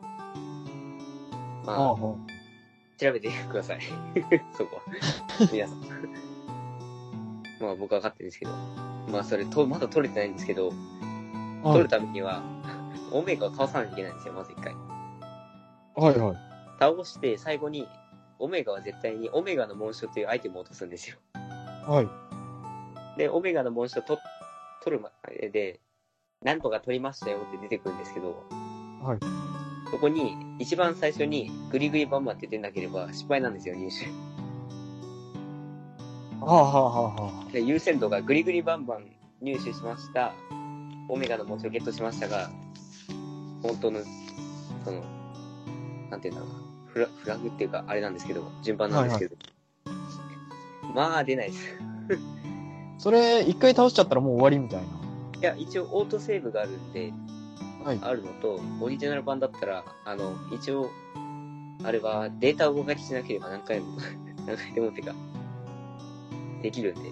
S2: まあ、
S1: ああ、はい
S2: 調べてください。 そこは。皆さん。まあ僕は分かってるんですけど。まあそれと、まだ取れてないんですけど、取るためには、 オメガを倒さないといけないんですよ、まず一回。
S1: はいはい。
S2: 倒して、最後に、オメガは絶対にオメガの紋章というアイテムを落とすんですよ。
S1: はい。
S2: で、オメガの紋章と取るまでで、なんとか取りましたよって出てくるんですけど、
S1: はい。
S2: そこに、一番最初に、グリグリバンバンって出なければ失敗なんですよ、入手。
S1: はあはあはあは
S2: で優先度がグリグリバンバン入手しました。オメガの文字をゲットしましたが、本当の、その、なんていうんだろうな。フラフラグっていうか、あれなんですけど、順番なんですけど。まあ、出ないです。
S1: あ。それ、一回倒しちゃったらもう終わりみたい
S2: いや、一応、オートセーブがあるんで、
S1: な。はい。
S2: あるのと、オリジナル版だったら、あの、一応、あれはデータを動かしなければ何回も、 何回でもってか、できるんで。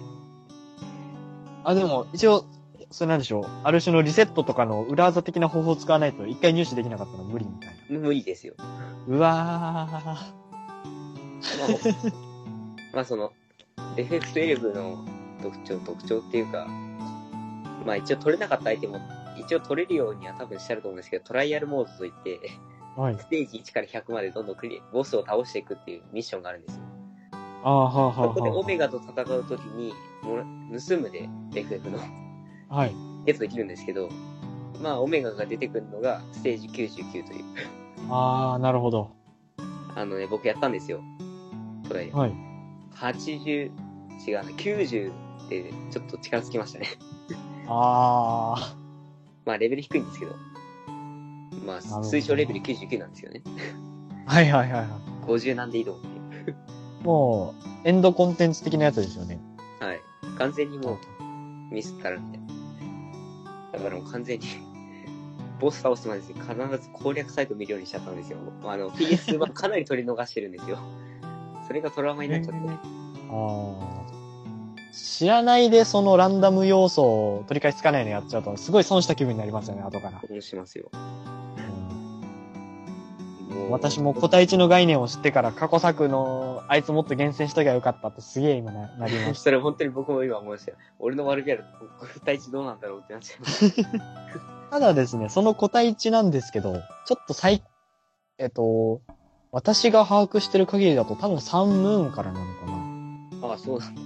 S1: あ、でも、一応、それなんでしょう。ある種のリセットとかの裏技的な方法を使わないと、一回入手できなかったら無理みたいな。
S2: 無理ですよ。
S1: うわ
S2: まあ僕まあその、FF12 の特徴、特徴っていうか、まあ一応取れなかった相手も、一応取れるようには多分してあると思うんですけど、トライアルモードといって、
S1: ー。はい。
S2: ステージ1から100までどんどんクリボスを倒していくっていうミッションがあるんですよ。
S1: ああ、はあはあ
S2: そ
S1: は
S2: こでオメ
S1: あ。
S2: ガと戦うときに、もら盗むで FF の
S1: はい。
S2: ゲットできるんですけど、まあオメガが出てくるのがステージ99という。
S1: ああ、なるほど。
S2: あのね、僕やったんですよ。トライアル。
S1: はい。
S2: 80、違うな、90でちょっと力つきましたね。
S1: あ
S2: まあ、レベル低いんですけど。まあ、
S1: ほど
S2: 推奨レベル99なんですよね。
S1: あ。はいはいはいは
S2: 50なんでいいと思って。
S1: い。もう、エンドコンテンツ的なやつですよね。
S2: はい。完全にもうミスったらみたいな。だからもう完全に、 ボス倒すまでですね必ず攻略サイト見るようにしちゃったんですよ。あの、PS はかなり取り逃してるんですよ。それがトラウマになっちゃって。
S1: ああ。知らないでそのランダム要素を取り返しつかないのやっちゃうと、すごい損した気分になりますよね、後から。
S2: 興奮しますよ。もう
S1: 私も個体値の概念を知ってから過去作のあいつもっと厳選しときゃよかったってすげえ今ななりまし。
S2: それ本当に僕も今思いましたよ。俺の悪気ある、個体値どうなんだろうってなっちゃいました
S1: ただですね、その個体値なんですけど、ちょっと最、えっと、私が把握してる限りだと多分3ムーンからなのかな。
S2: た。ああ、そうなんだ。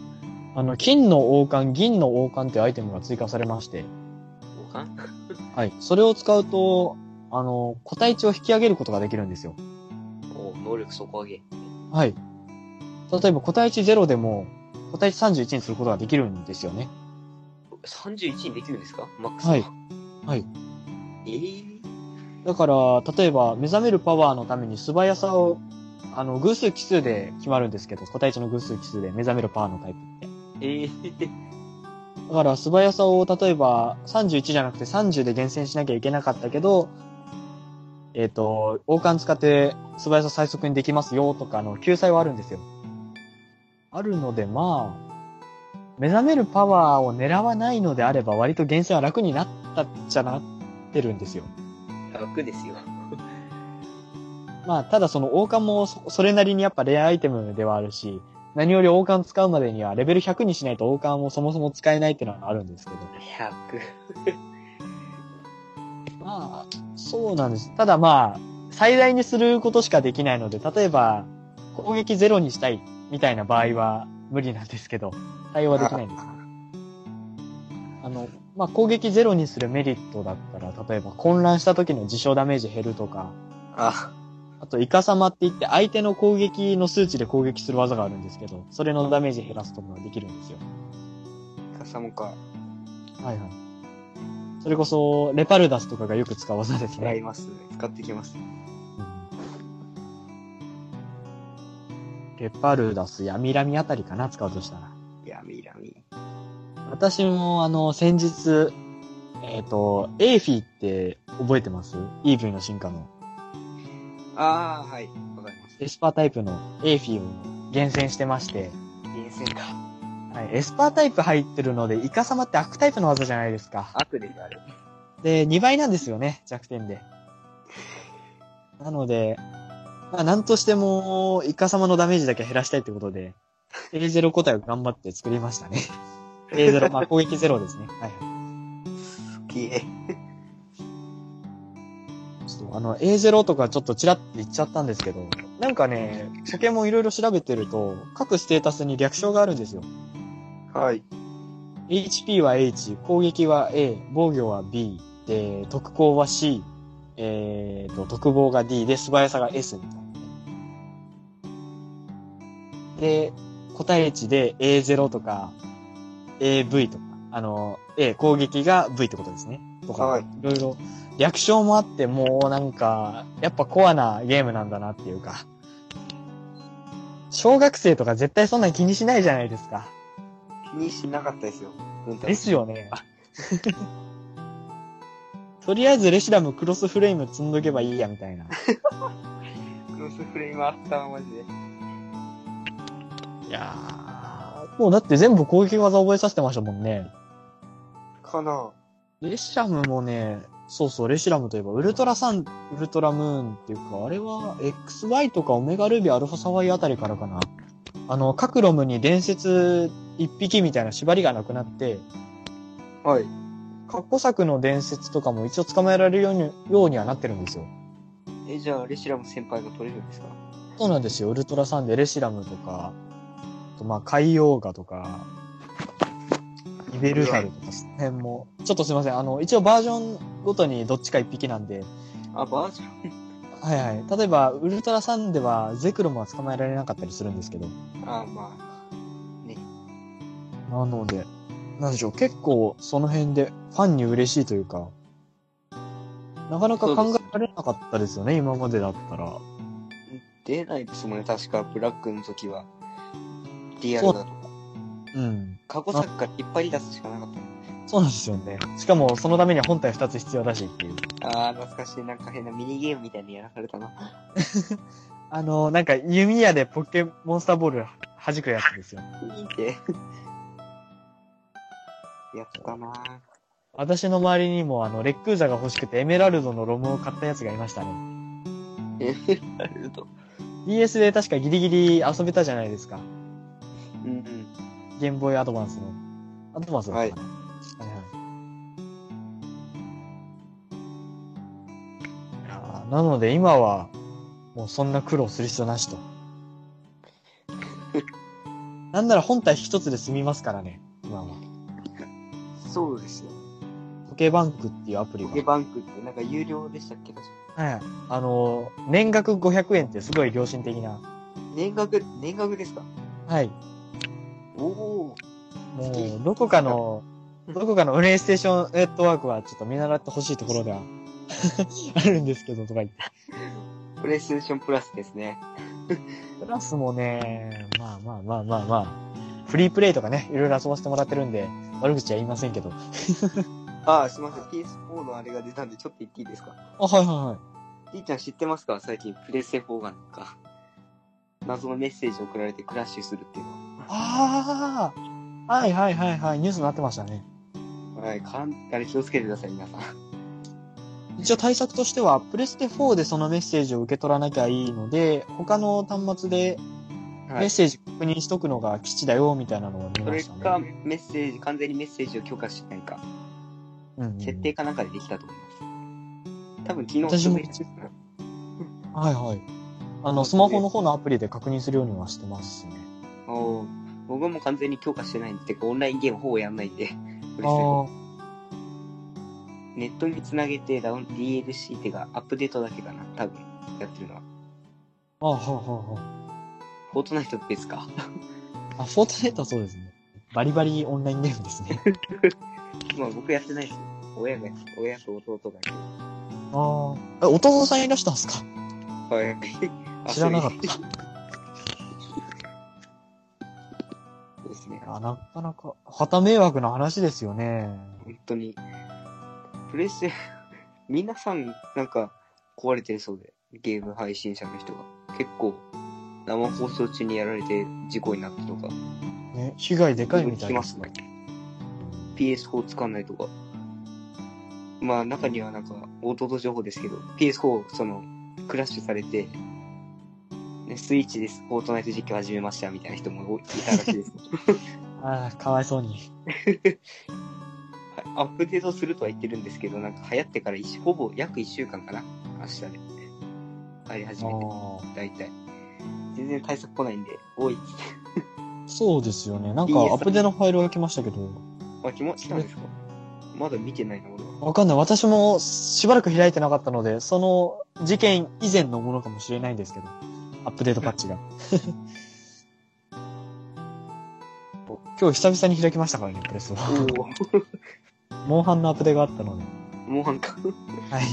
S1: あの、金の王冠、銀の王冠っていうアイテムが追加されまして、
S2: そうか
S1: はい。それを使うと、あの、個体値を引き上げることができるんですよ。
S2: おう能力底上げ。
S1: はい。例えば個体値0でも、個体値31にすることができるんですよね。
S2: 31にできるんですかマックス
S1: はい。はい。
S2: えー、
S1: だから、例えば、目覚めるパワーのために素早さを、あの、偶数奇数で決まるんですけど、個体値の偶数奇数で目覚めるパワーのタイプって。
S2: えー、
S1: だから、素早さを、例えば、31じゃなくて30で厳選しなきゃいけなかったけど、えっ、と、王冠使って素早さ最速にできますよとか、あの、救済はあるんですよ。あるので、まあ、目覚めるパワーを狙わないのであれば、割と厳選は楽になったっちゃなってるんですよ。
S2: 楽ですよ。
S1: まあ、ただその王冠もそそれなりにやっぱレアアイテムではあるし、何より王冠使うまでにはレベル100にしないと王冠もそもそも使えないっていうのはあるんですけど。
S2: 100。
S1: まあ、そうなんです。ただまあ、最大にすることしかできないので、例えば、攻撃ゼロにしたいみたいな場合は無理なんですけど、対応はできないんです。あの、まあ、攻撃ゼロにするメリットだったら、例えば混乱した時の事象ダメージ減るとか、
S2: あ、
S1: あと、イカ様って言って相手の攻撃の数値で攻撃する技があるんですけど、それのダメージ減らすことができるんですよ。
S2: カサモか。
S1: はいはい。それこそ、レパルダスとかがよく使う技です
S2: 使い
S1: ね。
S2: ます。使ってきます。
S1: うんレパルダス、やミラミあたりかな、使うとしたら。
S2: いや、ミラミ。
S1: 私も、あの、先日、えっ、と、エイフィーって覚えてますイーブイの進化の。
S2: ああ、はい。わかります。
S1: エスパータイプのエイフィーを厳選してまして、
S2: 厳選か。
S1: はい、エスパータイプ入ってるので、イカ様って悪タイプの技じゃないですか。
S2: 悪です、あれ。
S1: で、2倍なんですよね、弱点で。なので、まあ、なんとしても、イカ様のダメージだけ減らしたいってことで、A0 個体を頑張って作りましたね。A0、まあ攻撃0ですね。はいは
S2: 好き。え
S1: い。ちょっとあの、A0 とかちょっとチラッて言っちゃったんですけど、なんかね、ポケモンいろいろ調べてると、各ステータスに略称があるんですよ。
S2: はい。
S1: HP は H、攻撃は A、防御は B、で、特攻は C、えーと、特防が D で、素早さが S みたいなね。で、個体値で A0 とか、AV とか、あの、A、攻撃が V ってことですね。とか、
S2: はい
S1: いろいろ、略称もあって、もうなんか、やっぱコアなゲームなんだなっていうか、小学生とか絶対そんなん気にしないじゃないですか。
S2: 気にしなかったですよ。本当に
S1: ですよね。 とりあえずレシラムクロスフレーム積んどけばいいや、みたいな。
S2: クロスフレームあったわ、マジで。
S1: いやー。もうだって全部攻撃技覚えさせてましたもんね。
S2: かな
S1: レシラムもね、そうそう、レシラムといえば、ウルトラサン、ウルトラムーンっていうか、あれは、XY とかオメガルビアルファサワイアあたりからかな。あの、各ロムに伝説一匹みたいな縛りがなくなって、
S2: はい。
S1: 過去作の伝説とかも一応捕まえられるように、ようにはなってるんですよ。
S2: え、じゃあ、レシラム先輩が取れるんですか
S1: そうなんですよ。ウルトラサンデレシラムとか、あとまあ、海洋ガとか、イベルザルとか、その辺も。ちょっとすいません。あの、一応バージョンごとにどっちか一匹なんで、
S2: あ、バージョ
S1: はいはい。例えば、ウルトラサンでは、ゼクロムは捕まえられなかったりするんですけど。
S2: ンあ、まあ。
S1: なので、なんでしょう。結構、その辺で、ファンに嬉しいというか、なかなか考えられなかったですよね、今までだったら。
S2: 出ないですもんね、確か、ブラックの時は。リアルだと。
S1: うん。
S2: 過去作から引っ張り出すしかなかっ
S1: そうなんですよね。しかも、そのためには本体2つ必要だしっていう。
S2: たの。あー、懐かしい。なんか変なミニゲームみたいにやらされたな。
S1: あの、なんか弓矢でポケモンスターボール弾くやつですよ。
S2: いいって。 やったなぁ。
S1: 私の周りにもあの、レックーザが欲しくてエメラルドのロムを買ったやつがいましたね。 DS で確かギリギリ遊べたじゃないですか。
S2: うん
S1: ゲームボーイアドバンスの。アドバンスだったかなはいはいいやーなので今は、もうそんな苦労する必要な しと。なんなら本体一つで済みますからね、今は。
S2: うん。そうですよ。
S1: ポケバンクっていうアプリ
S2: ポケ
S1: が。
S2: バンクってなんか有料でしたっけ確か
S1: はい。あのー、年額500円ってすごい良心的な。
S2: 年額、年額ですか
S1: はい。
S2: おお
S1: も
S2: 月
S1: う、どこかの、どこかのプレイステーションネットワークはちょっと見習ってほしいところでは あるんですけど、とか言 って。
S2: ー。プレイステーションプラスですね。
S1: プラスもね、まあまあまあまあまあ、フリープレイとかね、いろいろ遊ばせてもらってるんで、悪口は言いませんけど。
S2: ああ、すいません。PS4 のあれが出たんでちょっと言っていいですか
S1: あ、はいは
S2: りーちゃん知ってますか最近プレステ4がなんか、謎のメッセージ送られてクラッシュするっていうの。
S1: いはい。ああはいはいはいはい、ニュースになってましたね。
S2: はい、かん、あれ気をつけてください、皆さん。
S1: 一応対策としては、プレステ4でそのメッセージを受け取らなきゃいいので、他の端末でメ
S2: は
S1: ッ
S2: い。
S1: セージ確認しとくのが基地だよ、みたいなのを見
S2: そ
S1: ま
S2: れ
S1: したね。
S2: か、メッセージ、完全にメッセージを許可しないか、
S1: うんうんうん
S2: 設定かなんかでできたと思います。多分昨日、
S1: 私も
S2: う
S1: はいはい。あの、スマホの方のアプリで確認するようにはしてますね。
S2: んおー僕も完全に許可してないんで、てかオンラインゲームほぼやんないんで、プレステ4。
S1: あ
S2: ネットにつなげてダウン DLC ってか、アップデートだけかな、多分、やってるのは。
S1: あ、はあ、は
S2: フォートナイト別か。
S1: あ、はあ。あ、フォートナイトはそうですね。バリバリオンラインゲームです ね。
S2: まあ僕やってないですよ。親が、親と弟がやってる。
S1: ああ。え、弟さんいらしたんですか
S2: はい。
S1: 知らなかっ
S2: 遊び。そうですね。
S1: あなかなか、旗迷惑な話ですよね。
S2: 本当に。プレステ、 皆さん、なんか、壊れてるそうで、ゲーム配信者の人が。結構、生放送中にやられて事故になったとか、
S1: ね、被害でかいみたい
S2: 聞き
S1: で
S2: ますす
S1: ね
S2: ね。PS4 使わないとか。まあ、中にはなんか、弟情報ですけど、PS4、その、クラッシュされて、ね、スイッチです、フォートナイト実況始めました、みたいな人も多いいたらしい です。
S1: ああ、かわいそう に。
S2: アップデートするとは言ってるんですけど、なんか流行ってから一ほぼ約1週間かな、明日で。入り始
S1: あ
S2: めて、
S1: あ。
S2: 大体。全然対策来ないんで、多いっつって。
S1: そうですよね。なんか、
S2: いい
S1: ア
S2: え
S1: ップデートのファイルが来ましたけど。
S2: あ、気持ちなんですかまだ見てないな、 俺は。
S1: わかんない。私もしばらく開いてなかったので、その事件以前のものかもしれないんですけど、アップデートパッチが。 今日久々に開きましたからね、プレスは。
S2: おお、
S1: モンハンのアップデートがあったので。
S2: もう半か。
S1: はい。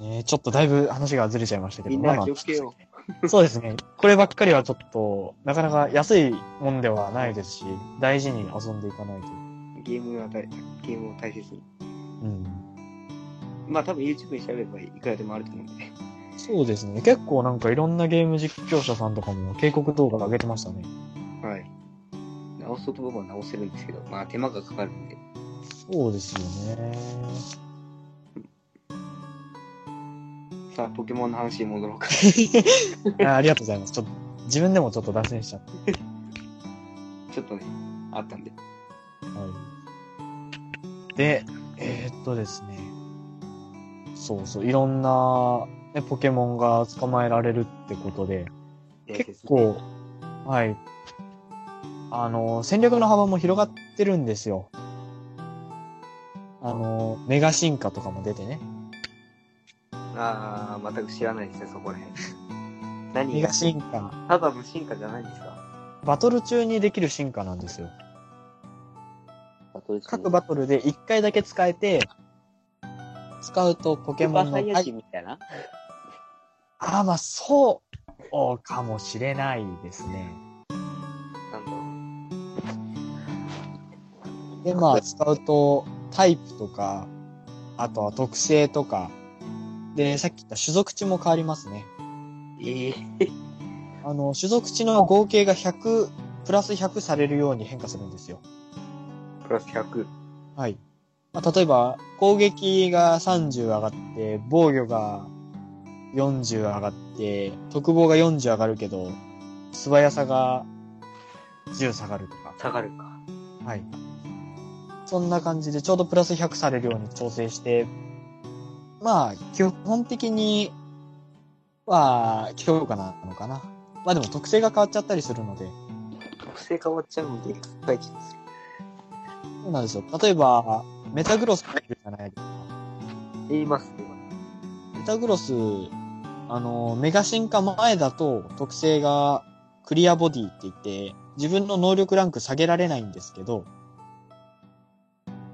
S1: ねえちょっとだいぶ話がずれちゃいましたけど。
S2: みん
S1: ま
S2: な
S1: あ
S2: 気
S1: ま
S2: をつけよう。
S1: あそうですね。こればっかりはちょっと、なかなか安いもんではないですし、大事に遊んでいかないと。
S2: ゲームは大、ゲームを大切に。
S1: うん。
S2: まあ多分 YouTube に調べればいくらでもあると思うんで。
S1: そうですね。結構なんかいろんなゲーム実況者さんとかも警告動画上げてましたね。
S2: はい。直そうと僕は直せるんですけど、まあ手間がかかるんで。
S1: そうですよね。
S2: さあ、ポケモンの話に 戻ろうか。
S1: あありがとうございます。ちょっと、自分でもちょっと脱線しちゃった。
S2: ちょっとね、あったんで。
S1: はい。で、えーっとですね。そうそう、いろんな、ね、ポケモンが捕まえられるってことで、結構、はい。あの、戦略の幅も広がってるんですよ。あの、メガ進化とかも出てね。
S2: ああ、全く知らないですね、そこら辺。何
S1: メ
S2: が
S1: ガ進化。
S2: ただの進化じゃないんですか
S1: バトル中にできる進化なんですよ。各バトルで1回だけ使えて、使うとポケモンの
S2: スーパーサイヤ人みたいな。
S1: ああ、まあ、そうかもしれないですね。
S2: なんだろう。
S1: で、まあ、使うとタイプとか、あとは特性とか、で、さっき言った種族値も変わりますね。
S2: ええ
S1: あの、種族値の合計が100、プラス100されるように変化するんですよ。
S2: プラス100。
S1: はい。まあ、例えば、攻撃が30上がって、防御が40上がって、特防が40上がるけど、素早さが10下がるとか。
S2: 下がるか。
S1: はい。そんな感じで、ちょうどプラス100されるように調整して、まあ、基本的には、強化なのかな。まあでも特性が変わっちゃったりするので、
S2: 特性変わっちゃうので、深い気がする。
S1: そうなんですよ。例えば、メタグロスがいるじゃないですか。
S2: 言いますね。
S1: メタグロス、あの、メガ進化前だと特性がクリアボディって言って、自分の能力ランク下げられないんですけど、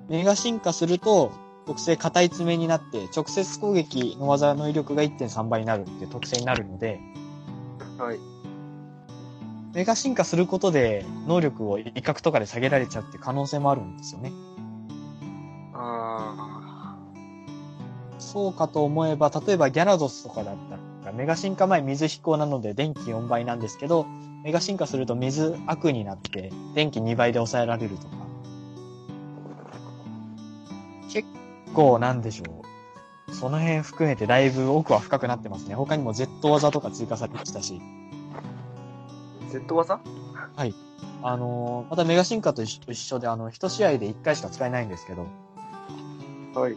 S1: メガ進化すると特性硬い爪になって、直接攻撃の技の威力が1.3倍になるっていう特性になるので、
S2: はい。
S1: メガ進化することで能力を威嚇とかで下げられちゃうって可能性もあるんですよね。
S2: あ
S1: そうかと思えば、例えばギャラドスとかだったら、メガ進化前水飛行なので電気4倍なんですけど、メガ進化すると水悪になって、電気2倍で抑えられるとか。結構なんでしょう。その辺含めてだいぶ奥は深くなってますね。他にも Z 技とか追加されましたし、
S2: ー。Z 技
S1: あのーまたメガ進化と一一緒で、あの、1試合で1回しか使えないんですけど、
S2: はい。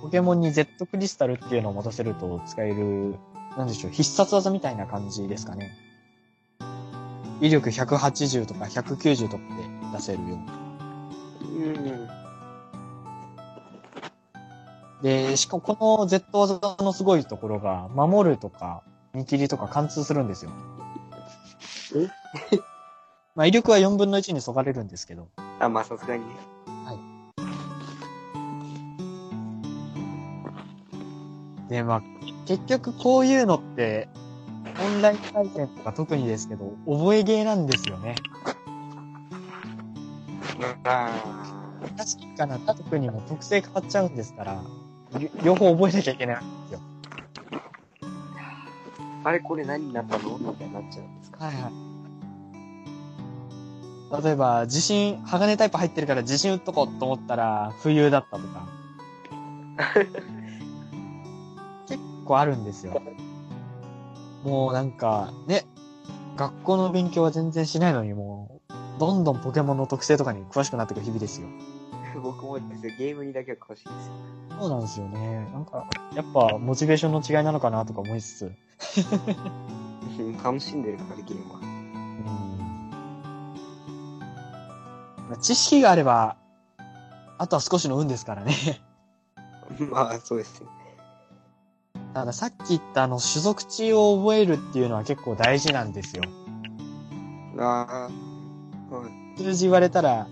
S1: ポケモンに Z クリスタルっていうのを持たせると使える、なんでしょう、必殺技みたいな感じですかね。威力180とか190とかで出せるよ
S2: うん。
S1: う。で、しかもこの Z 技のすごいところが、守るとか、見切りとか貫通するんですよ。
S2: え
S1: まあ、威力は4分の1にそがれるんですけど。
S2: あ、まあさすがにね。
S1: で、まあ、結局こういうのって、オンライン対戦とか特にですけど、覚えゲーなんですよね。
S2: あー
S1: 確かな、他国にも特性変わっちゃうんですから、り両方覚えなきゃいけない。
S2: あれこれ何になったのみたいになっちゃうんですか。
S1: はいはい。例えば、地震、鋼タイプ入ってるから地震打っとこうと思ったら、冬だったと か。結構あるんですよ。もうなんか、ね、学校の勉強は全然しないのにもう、どんどんポケモンの特性とかに詳しくなっていく日々ですよ。
S2: 僕もですね、 ゲームにだけは詳しいですよ。
S1: そうなんですよね。なんか、やっぱ、モチベーションの違いなのかなとか思いつつ、
S2: うん楽しんでるから、ゲームは。
S1: うん知識があれば、あとは少しの運ですからね。
S2: まあ、そうですね。
S1: たださっき言ったあの種族値を覚えるっていうのは結構大事なんですよ。
S2: ああ、はい。
S1: 数字言われたら、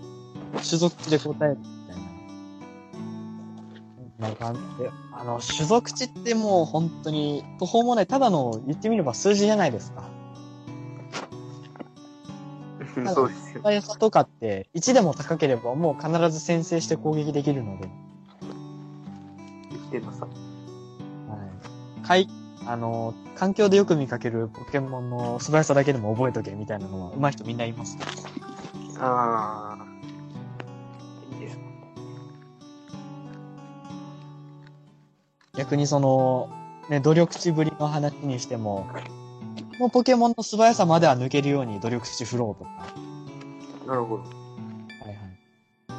S1: 種族値で答えるみたいな。なんか、あの、種族値ってもう本当に途方もない、ただの言ってみれば数字じゃないですか。
S2: うんそうですよ。
S1: 速さとかって、1でも高ければもう必ず先制して攻撃できるので。
S2: 生きてるのさ。
S1: はい。かい、あの、環境でよく見かけるポケモンの素早さだけでも覚えとけみたいなのは、上手い人みんな言います。
S2: ああ。いいですね。
S1: 逆にその、ね、努力値ぶりの話にしても、もうポケモンの素早さまでは抜けるように努力値振ろうとか。
S2: なるほど。
S1: はいは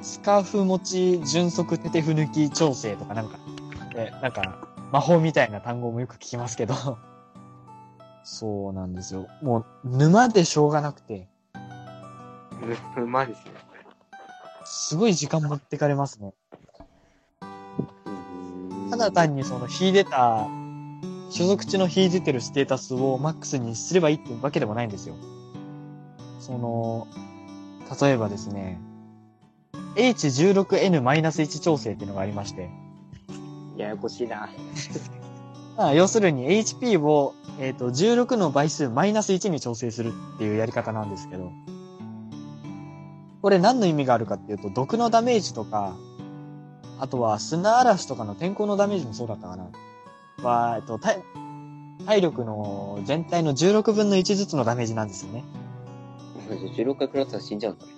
S1: い。スカーフ持ち、純速、手手ふ抜き、調整とかなんか、え、なんか、魔法みたいな単語もよく聞きますけど。そうなんですよ。もう、沼でしょうがなくて、
S2: ううまいですね。
S1: すごい時間持ってかれますね。
S2: うん
S1: ただ単にその引い出た、所属地の引い出てるステータスをマックスにすればいいってわけでもないんですよ。その、例えばですね、H16N-1 調整っていうのがありまして、
S2: ややこしいな。
S1: まあ、要するに HP を、えっと16の倍数マイナス1に調整するっていうやり方なんですけど、これ何の意味があるかっていうと、毒のダメージとか、あとは砂嵐とかの天候のダメージもそうだったかな。は、えっと、体体力の全体の16分の1ずつのダメージなんですよね。
S2: 16回食らったら死んじゃうんだね。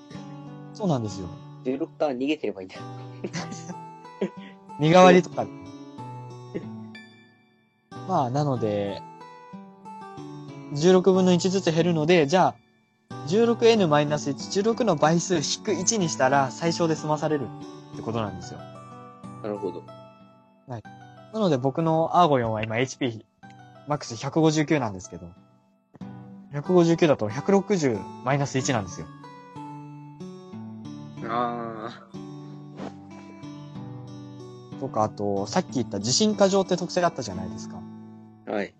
S1: そうなんですよ。
S2: 16から逃げてればいいんだよ。
S1: 身代わりとか。まあ、なので、16分の1ずつ減るので、じゃあ、16n-1、16の倍数引く1にしたら最小で済まされるってことなんですよ。
S2: なるほど。
S1: なので僕のアーゴンは今 HP、マックス159なんですけど、159だと160マイナス1なんですよ。
S2: あ
S1: とか、あと、さっき言った地震過剰って特性があったじゃないですか。
S2: あ。はい。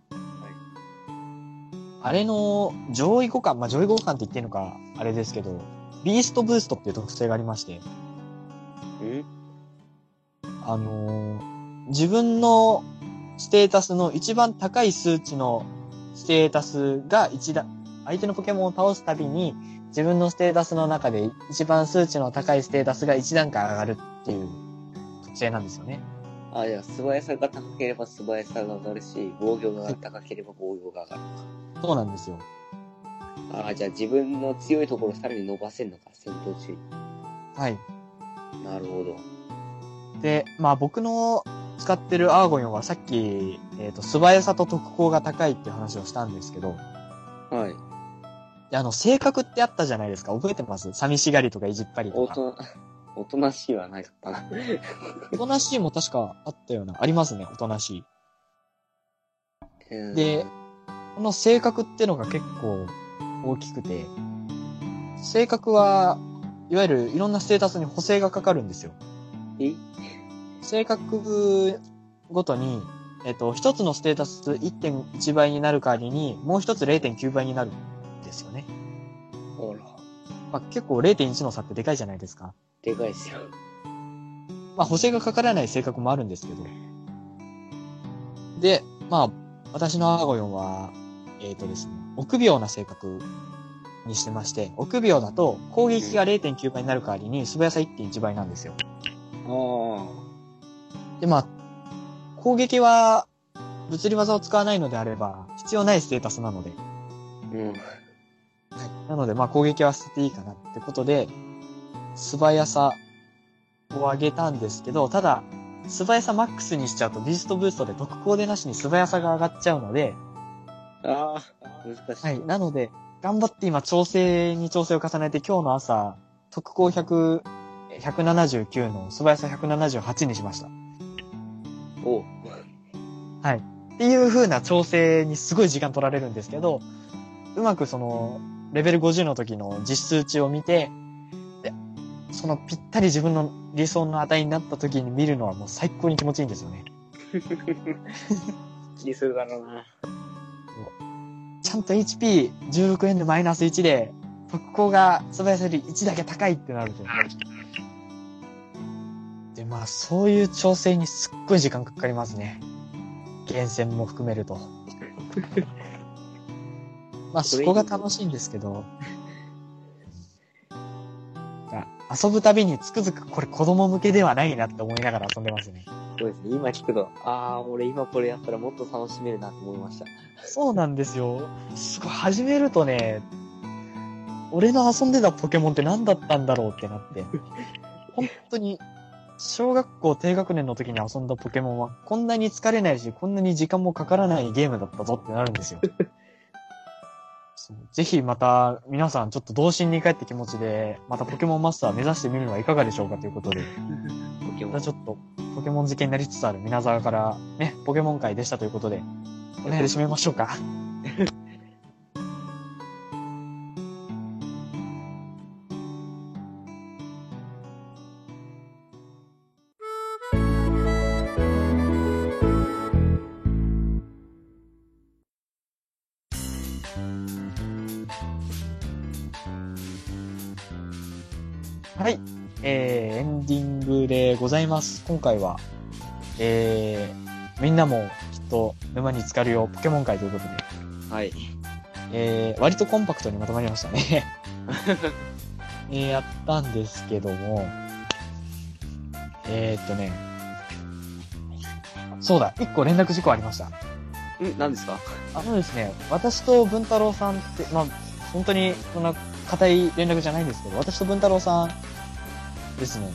S1: あれの上位互換、まあ、上位互換って言ってんのか、あれですけど、ビーストブーストっていう特性がありまして、
S2: うん
S1: あのー自分のステータスの一番高い数値のステータスが一だ、相手のポケモンを倒すたびに、自分のステータスの中で一番数値の高いステータスが一段階上がるっていう特性なんですよね。
S2: あ、いや、素早さが高ければ素早さが上がるし、防御が高ければ防御が上がる。
S1: そうなんですよ。
S2: ああ、じゃあ自分の強いところをさらに伸ばせるのか、戦闘中
S1: はい。
S2: に。なるほど。
S1: で、まあ僕の使ってるアーゴニョンはさっき、えっ、と、素早さと特攻が高いっていう話をしたんですけど、
S2: はい。
S1: であの、性格ってあったじゃないですか。覚えてます寂しがりとかいじっぱりと
S2: お
S1: か。
S2: と、 おとなしいはなかったな。
S1: おとなしいも確かあったような。ありますね、おとなしい。
S2: うん
S1: で、この性格ってのが結構大きくて、性格は、いわゆるいろんなステータスに補正がかかるんですよ。
S2: え
S1: 性格ごとに、えっと、一つのステータス1.1倍になる代わりに、もう一つ0.9倍になるんですよね。
S2: ほら、
S1: まあ、結構0.1の差ってでかいじゃないですか。
S2: でかいっすよ。
S1: まあ、補正がかからない性格もあるんですけど。で、まあ、私のアーゴヨンは、えっ、とですね、臆病な性格にしてまして、臆病だと攻撃が0.9倍になる代わりに素早さ1.1倍なんですよ。
S2: あ
S1: で、まあ、攻撃は物理技を使わないのであれば、必要ないステータスなので。
S2: あ。うん。
S1: なので、まあ攻撃は捨てていいかなってことで、素早さを上げたんですけど、ただ、素早さマックスにしちゃうとビーストブーストで特攻でなしに素早さが上がっちゃうので、
S2: ああ、難しい。
S1: はい。なので、頑張って今調整に調整を重ねて今日の朝、特攻100、179の素早さ178にしました。
S2: お
S1: っていう風な調整にすごい時間取られるんですけど、うまくその、レベル50の時の実数値を見て、で、そのぴったり自分の理想の値になった時に見るのはもう最高に気持ちいいんですよね。
S2: 気にするだろうな。
S1: ちゃんと HP16N マイナス1で、特攻が素早さより1だけ高いってなると。で、まあそういう調整にすっごい時間かかりますね。厳選も含めると。まあそこが楽しいんですけど。あ遊ぶたびにつくづくこれ子供向けではないなって思いながら遊んでますね。
S2: そうですね。今聞くと、ああ、俺今これやったらもっと楽しめるなって思いました。
S1: そうなんですよ。すごい、始めるとね、俺の遊んでたポケモンって何だったんだろうってなって。本当に、小学校低学年の時に遊んだポケモンは、こんなに疲れないし、こんなに時間もかからないゲームだったぞってなるんですよ。そうぜひまた、皆さんちょっと童心に帰って気持ちで、またポケモンマスター目指してみるのはいかがでしょうかということで。
S2: ポケモン。
S1: またちょっと、ポケモン好きになりつつある皆沢から、ね、ポケモン会でしたということで、この辺で締めましょうか。はい。えーエンディングでございます。今回は、えーみんなもきっと沼に浸かるよポケモン会ということで、
S2: はい。
S1: えー割とコンパクトにまとまりましたね。えーやったんですけども、えーっとね、そうだ、1個連絡事項ありました。
S2: ん、何ですか
S1: あのですね、私と文太郎さんって、まあ、本当にそんな固い連絡じゃないんですけど、私と文太郎さん、ですね。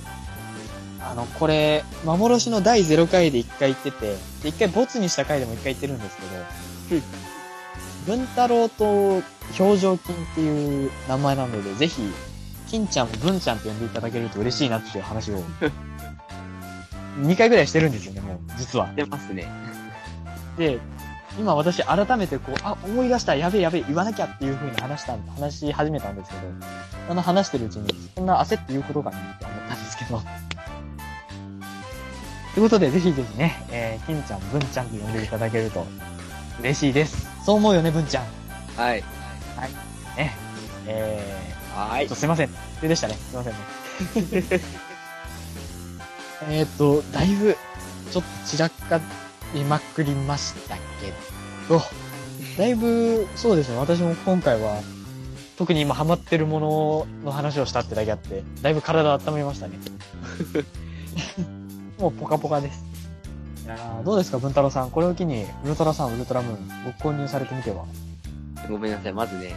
S1: あの、これ、幻の第0回で1回言ってて、で1回ボツにした回でも1回言ってるんですけど、文太郎と表情筋っていう名前なので、ぜひ、金ちゃんも文ちゃんって呼んでいただけると嬉しいなっていう話を、2回ぐらいしてるんですよね、もう、実は。
S2: 出ますね。
S1: で、今私改めてこう、あ、思い出した、やべえやべえ、言わなきゃっていう風に話したん、話し始めたんですけど、あの話してるうちに、そんな焦って言うことかなって思ったんですけど。 ということで、ぜひぜひね、えー、金ちゃん、文ちゃんと呼んでいただけると嬉しいです。そう思うよね、文ちゃん。
S2: はい。
S1: ね。えー、
S2: は
S1: ちょっとすいません。それでしたね。すいませんね。 えっと、だいぶ、ちょっと散らかりまくりましたけど、だいぶ、そうですね。私も今回は、特に今ハマってるものの話をしたってだけあって、だいぶ体温めましたね。 もうポカポカです。いやーどうですか、文太郎さん。これを機に、ウルトラさん、ウルトラムーン、ご購入されてみては。
S2: ごめんなさい。まずね、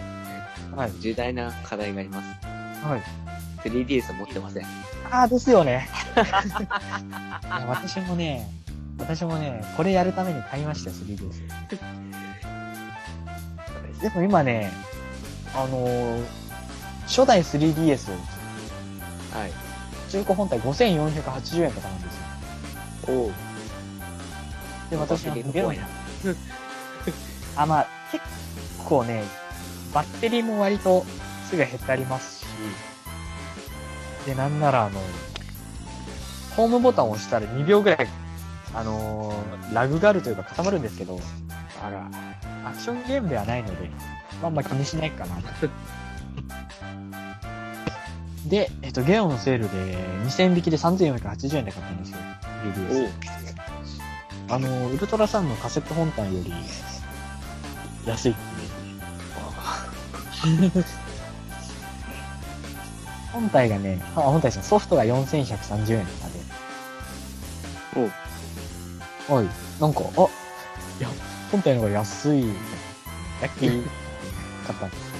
S1: はい。
S2: 重大な課題があります。
S1: はい。
S2: 3DS 持ってません。
S1: ああ、ですよね。いや私もね、私もね、これやるために買いましたよ、3DS。でも今ね、あのー初代 3DS、
S2: はい。
S1: 中古本体5480円とかなんですよ。
S2: おう。
S1: で、私は
S2: ゲーム
S1: ゲロ
S2: 怖
S1: に
S2: いな。
S1: あ、まあ、結構ね、バッテリーも割とすぐ減ってありますし、で、なんならあの、ホームボタンを押したら2秒ぐらい、あのーラグがあるというか固まるんですけど、あら、アクションゲームではないので、まあまあ気にしないかな。で、えっと、ゲオのセールで2000匹で3480円で買ったんですよ。
S2: お
S1: 3DS
S2: う。
S1: あの、ウルトラさんのカセット本体より安いっていう本体がね、あ、本体ですね、ソフトが4130円とかで。おはい。なんか、あ、いや、本体の方が安い。ラッキー。買ったんです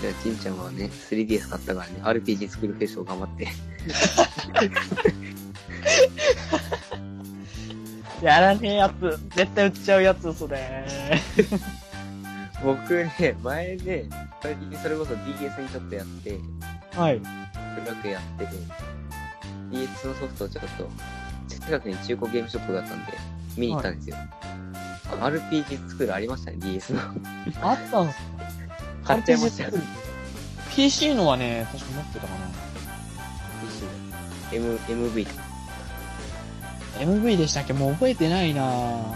S2: じゃあ、ちんちゃんはね、3DS 買ったからね、RPG スクールフェスを頑張って。
S1: けど。やらねえやつ。絶対売っちゃうやつ、それ。
S2: 僕ね、前ね、最近それこそ DS にちょっとやって、
S1: はい。
S2: うまくやってて、DS のソフトをちょっと、近くに中古ゲームショップがあったんで、見に行ったんですよ。RPG スクールありましたね、DS の。
S1: あったんす
S2: 買っちゃいましたよ。
S1: PC のはね、確か持ってたかな。
S2: M、MV。
S1: MV でしたっけもう覚えてないなぁ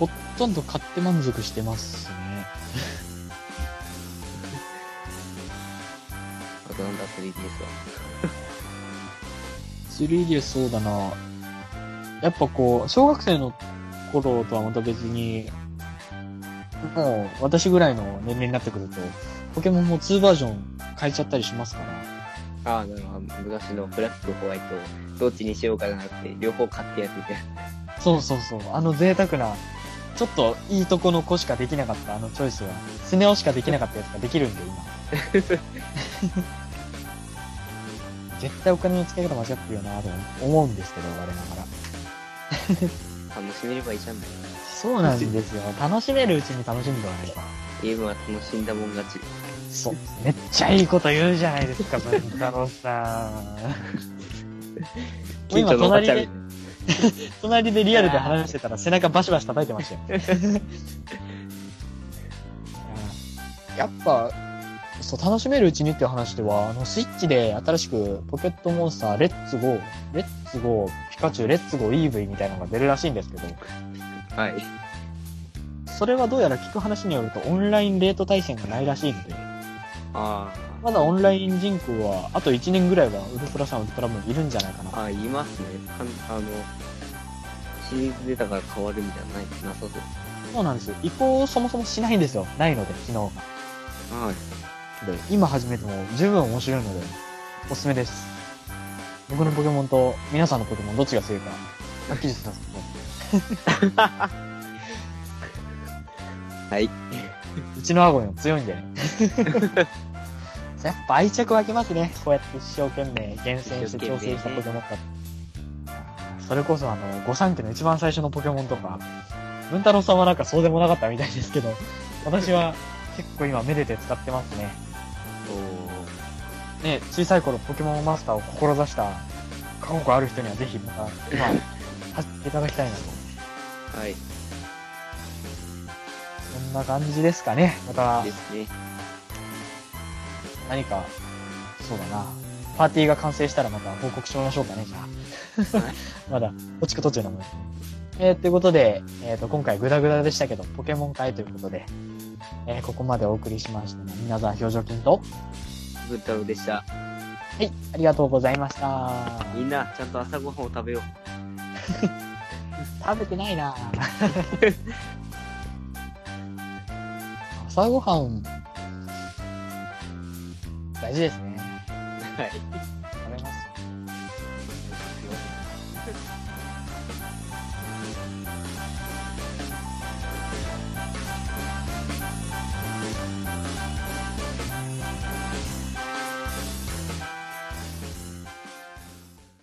S1: ほとんど買って満足してますね。
S2: あとなんだ、3DS は。
S1: 3DS そうだなやっぱこう、小学生の頃とはまた別に、もう私ぐらいの年齢になってくると、ポケモンも2バージョン変えちゃったりしますから。
S2: ああ、なるほど。昔のブラック、ホワイト、どっちにしようかなって、両方買ってやってて。
S1: そうそうそう。あの贅沢な、ちょっといいとこの子しかできなかったあのチョイスは、スネ夫しかできなかったやつができるん で、今。絶対お金の使い方間違ってるよなと思うんですけど、我ながら。
S2: 楽しめればいいじゃない。
S1: そうなんですよ。楽しめるうちに楽しんでおられば。
S2: ゲームは楽しんだもん勝ち。
S1: そう。めっちゃいいこと言うじゃないですか、文太郎さ ん。もう今
S2: のおば
S1: 隣
S2: ちゃんみ
S1: で
S2: たい、な
S1: 隣でリアルで話してたら背中バシバシ叩いてましたよ。 やっぱ、そう、楽しめるうちにっていう話では、あの、スイッチで新しくポケットモンスター、レッツゴー、レッツゴー、ピカチュウ、レッツゴー、イーブイみたいなのが出るらしいんですけど、
S2: はい。
S1: それはどうやら聞く話によるとオンラインレート対戦がないらしいので、
S2: あ
S1: まだオンライン人口は、あと1年ぐらいはウルトラさん、ウルトラムーンいるんじゃないかな
S2: あ、ああ、いますね。かんあの、シリーズ出たから変わるみたいなのない、なさそう。
S1: そうなんですよ。移行をそもそもしないんですよ。ないので、昨日が。
S2: はい。
S1: で、今始めても十分面白いので、おすすめです。僕のポケモンと皆さんのポケモンどっちが強いか、はっきりしてたんですけど、
S2: はい。
S1: うちのアゴンは強いんでね。 やっぱ愛着湧きますね。こうやって一生懸命厳選して調整したポケモンたち。それこそあの、御三家の一番最初のポケモンとか、文太郎さんはなんかそうでもなかったみたいですけど、私は結構今めでて使ってますね。ね、小さい頃ポケモンマスターを志した過去がある人にはぜひま た、今、走っていただきたいなと。
S2: はい。
S1: そんな感じですかね。また
S2: ですね。
S1: 何か、そうだな。パーティーが完成したらまた報告しましょうかね、じゃあ
S2: はい。
S1: まだ、落ちく途中なもん。えー、ということで、えー、と、今回グダグダでしたけど、ポケモン会ということで、えー、ここまでお送りしましたのは、皆さん表情筋と、
S2: 文太郎でした。
S1: はい、ありがとうございました。
S2: みんな、ちゃんと朝ごはんを食べよう。
S1: 食べてない な朝ごはん、大事ですね。
S2: はい。